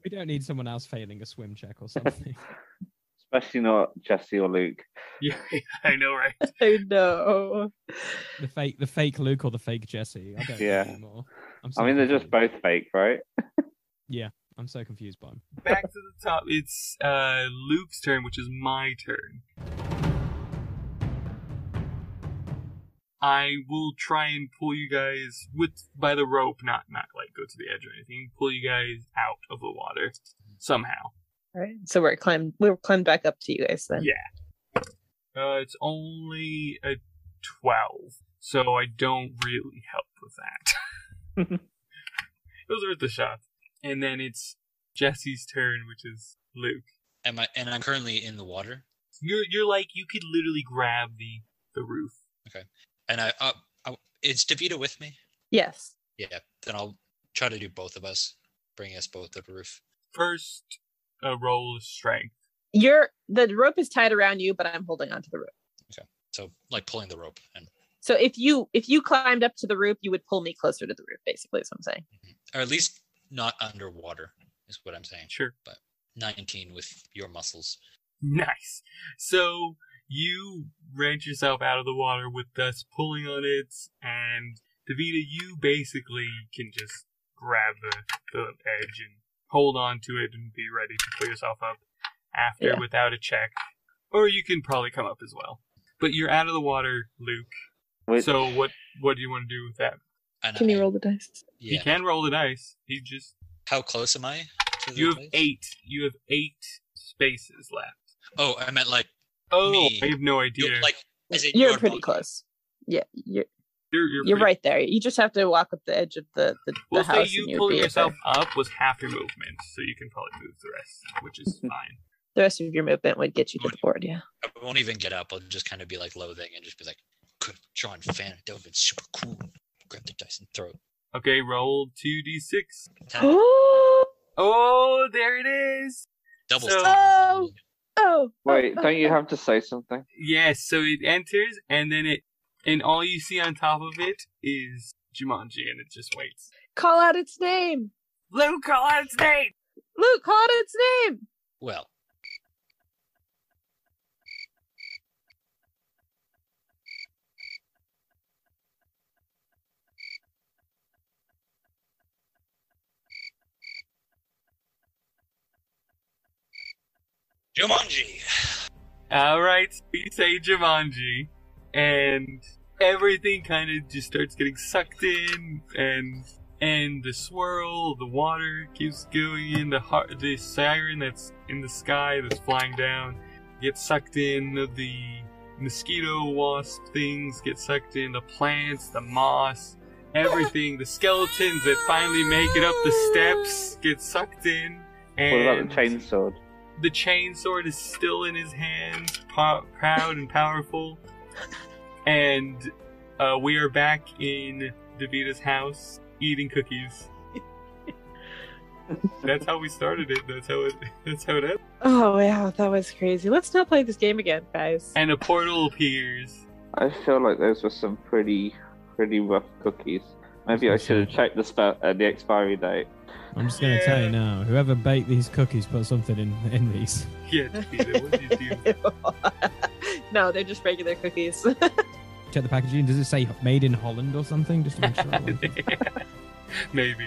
We don't need someone else failing a swim check or something.
Especially not Jesse or Luke.
Yeah, I know, right?
Oh no.
the fake, the fake Luke or the fake Jesse. I don't
Yeah.
know anymore. I'm so
I mean, they're just
confused.
both fake, right?
I'm so confused by him.
Back to the top. It's uh, Luke's turn, which is my turn. I will try and pull you guys with by the rope, not not like go to the edge or anything. Pull you guys out of the water somehow.
All right. So we're climb we're climbed back up to you guys then.
Yeah. Uh, it's only a 12, so I don't really help with that. Those are the shots. And then it's Jesse's turn, which is Luke.
Am I? And I'm currently in the water,
You're, you're like, you could literally grab the, the roof.
and I. Uh, I is Davita with me?
Yes.
Yeah. Then I'll try to do both of us, bring us both to the roof.
First, a roll of strength.
You're the rope is tied around you, but I'm holding onto the rope.
So like pulling the rope, and
So if you if you climbed up to the roof, you would pull me closer to the roof, basically is what I'm saying.
or at least not underwater is what I'm saying.
Sure.
19 with your muscles.
Nice. So you wrench yourself out of the water with us pulling on it, and Davita, you basically can just grab the, the edge and hold on to it and be ready to pull yourself up after
Yeah.
without a check. Or you can probably come up as well. But you're out of the water, Luke.
Which,
So what what do you want to do with that?
And
Can
I-
you roll the dice?
Yeah.
You can roll the dice. You just
How close am I? To the
you have
place?
eight. You have eight spaces left.
Oh, I meant like
Oh,
Me.
I have no idea.
you like as in
You're
your
pretty
body.
close. Yeah, you're
you're, you're
you're
pretty
right there. You just have to walk up the edge of the the, the
We'll say
house.
you
and you would
pulling
be up there.
yourself up was half your movement, so you can probably move the rest, which is fine.
The rest of your movement would get you to the board. Yeah.
I won't even get up. I'll just kind of be like loathing and just be like, "Good, John Fan, that would been super cool." Grab the dice and throw it.
Okay, roll 2d6.
Ah,
Oh, there it is!
Double.
So-
throw.
Oh.
wait, don't you have to say something?
Yes, so it enters, and then it, and all you see on top of it is Jumanji, and it just waits.
call out its name?
Luke, call out its name!
Luke, call out its name.
Well, Jumanji.
Alright, so you say Jumanji, and everything kind of just starts getting sucked in, and and the swirl, the water keeps going in, the har- the siren that's in the sky that's flying down gets sucked in, the mosquito wasp things get sucked in, the plants, the moss, everything, the skeletons that finally make it up the steps get sucked in.
What
And
about the chainsword?
the chain sword is still in his hands, po- proud and powerful. And uh, we are back in Davita's house eating cookies. that's how we started it. That's how it. That's how it ended.
Oh wow, that was crazy. Let's not play this game again, guys.
And a portal appears.
I feel like those were some pretty, pretty rough cookies. Maybe I should have checked the spell uh, the expiry date.
I'm just gonna tell
Yeah.
you now. Whoever baked these cookies put something in in these.
Yeah, Davita, what did you do?
no, they're just regular cookies.
check the packaging? Does it say made in Holland or something? Just to make sure.
Maybe.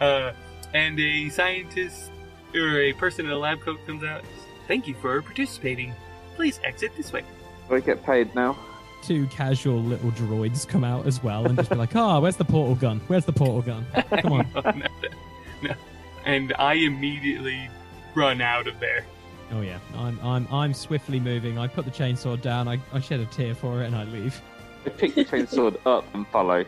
Uh, and a scientist or a person in a lab coat comes out. Thank you for participating. Please exit this way.
Do I get paid now?
Two casual little droids come out as well and just be like, ah, where's the portal gun? Where's the portal gun? Come on.
No, no, no. And I immediately run out of there.
Oh yeah, I'm I'm I'm swiftly moving. I put the chainsaw down. I, I shed a tear for it and I leave.
I pick the chainsaw up and follow.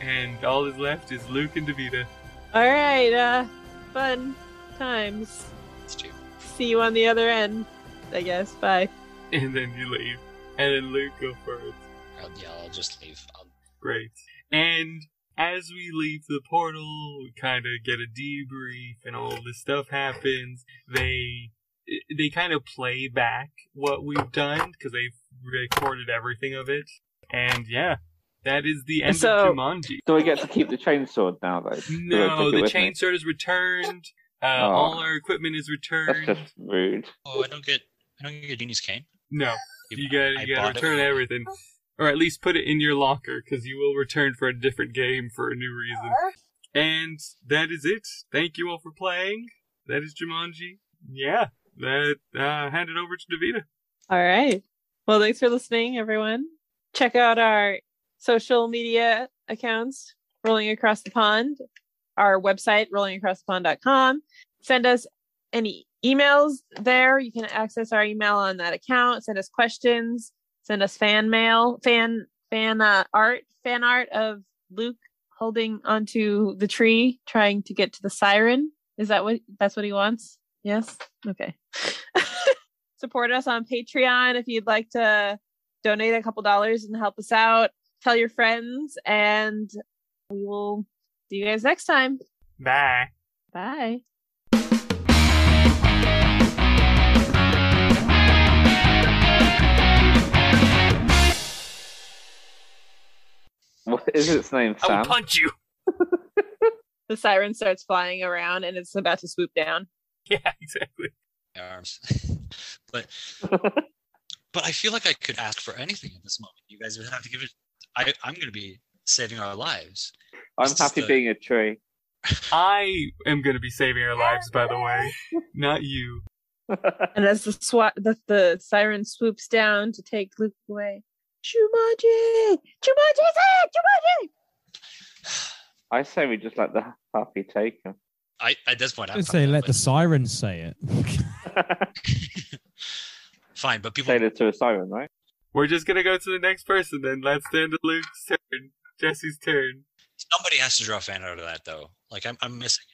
And all that's left is Luke and Davita.
All right, uh, fun times.
It's cheap.
See you on the other end, I guess. Bye.
And then you leave. And then Luke go first.
I'll, yeah, I'll just leave. I'll,
Great. And as we leave the portal, we kind of get a debrief, and all this stuff happens. They they kind of play back what we've done because they've recorded everything of it. And yeah, that is the end
So-
of Jumanji.
Do I get to keep the chainsaw now, though? Do I
No,
take it
the
with me?
chainsaw is returned. Uh,
Aw.
All our equipment is
That's
returned.
just rude.
oh, I don't get. I don't get a Genie's cane.
No, you got
I
you got
bought
to
it.
return everything, or at least put it in your locker because you will return for a different game for a new reason. And that is it. Thank you all for playing. That is Jumanji. Yeah, that uh, hand it over to Davita.
All right. Well, thanks for listening, everyone. Check out our social media accounts, Rolling Across the Pond, our website, rollingacrossthepond.com. Send us any emails there. You can access our email on that account. Send us questions. Send us fan mail, fan fan uh, art, fan art of Luke holding onto the tree, trying to get to the siren. Is that what? That's what he wants. Yes. Okay. support us on Patreon if you'd like to donate a couple dollars and help us out. Tell your friends, and we will see you guys next time.
Bye.
Bye.
What is its name,
I will
Sam?
punch you.
The siren starts flying around and it's about to swoop down.
Yeah, exactly.
My arms. but but I feel like I could ask for anything at this moment. You guys would have to give it. I I'm gonna be saving our lives.
I'm
It's just
happy
a-
being a tree.
I am going to be saving our lives, by the way, not you.
And as the swat the, the siren swoops down to take Luke away. Jumanji! Jumanji's here! Jumanji!
I say we just let the happy take him.
I at this point I'm
I'd
fine
say
with
let the
it.
siren say it.
fine, but people
say that to a siren, right?
We're just going to go to the next person then. Let's stand to Luke's turn, Jesse's turn.
somebody has to draw a fan out of that though. Like I'm I'm missing it.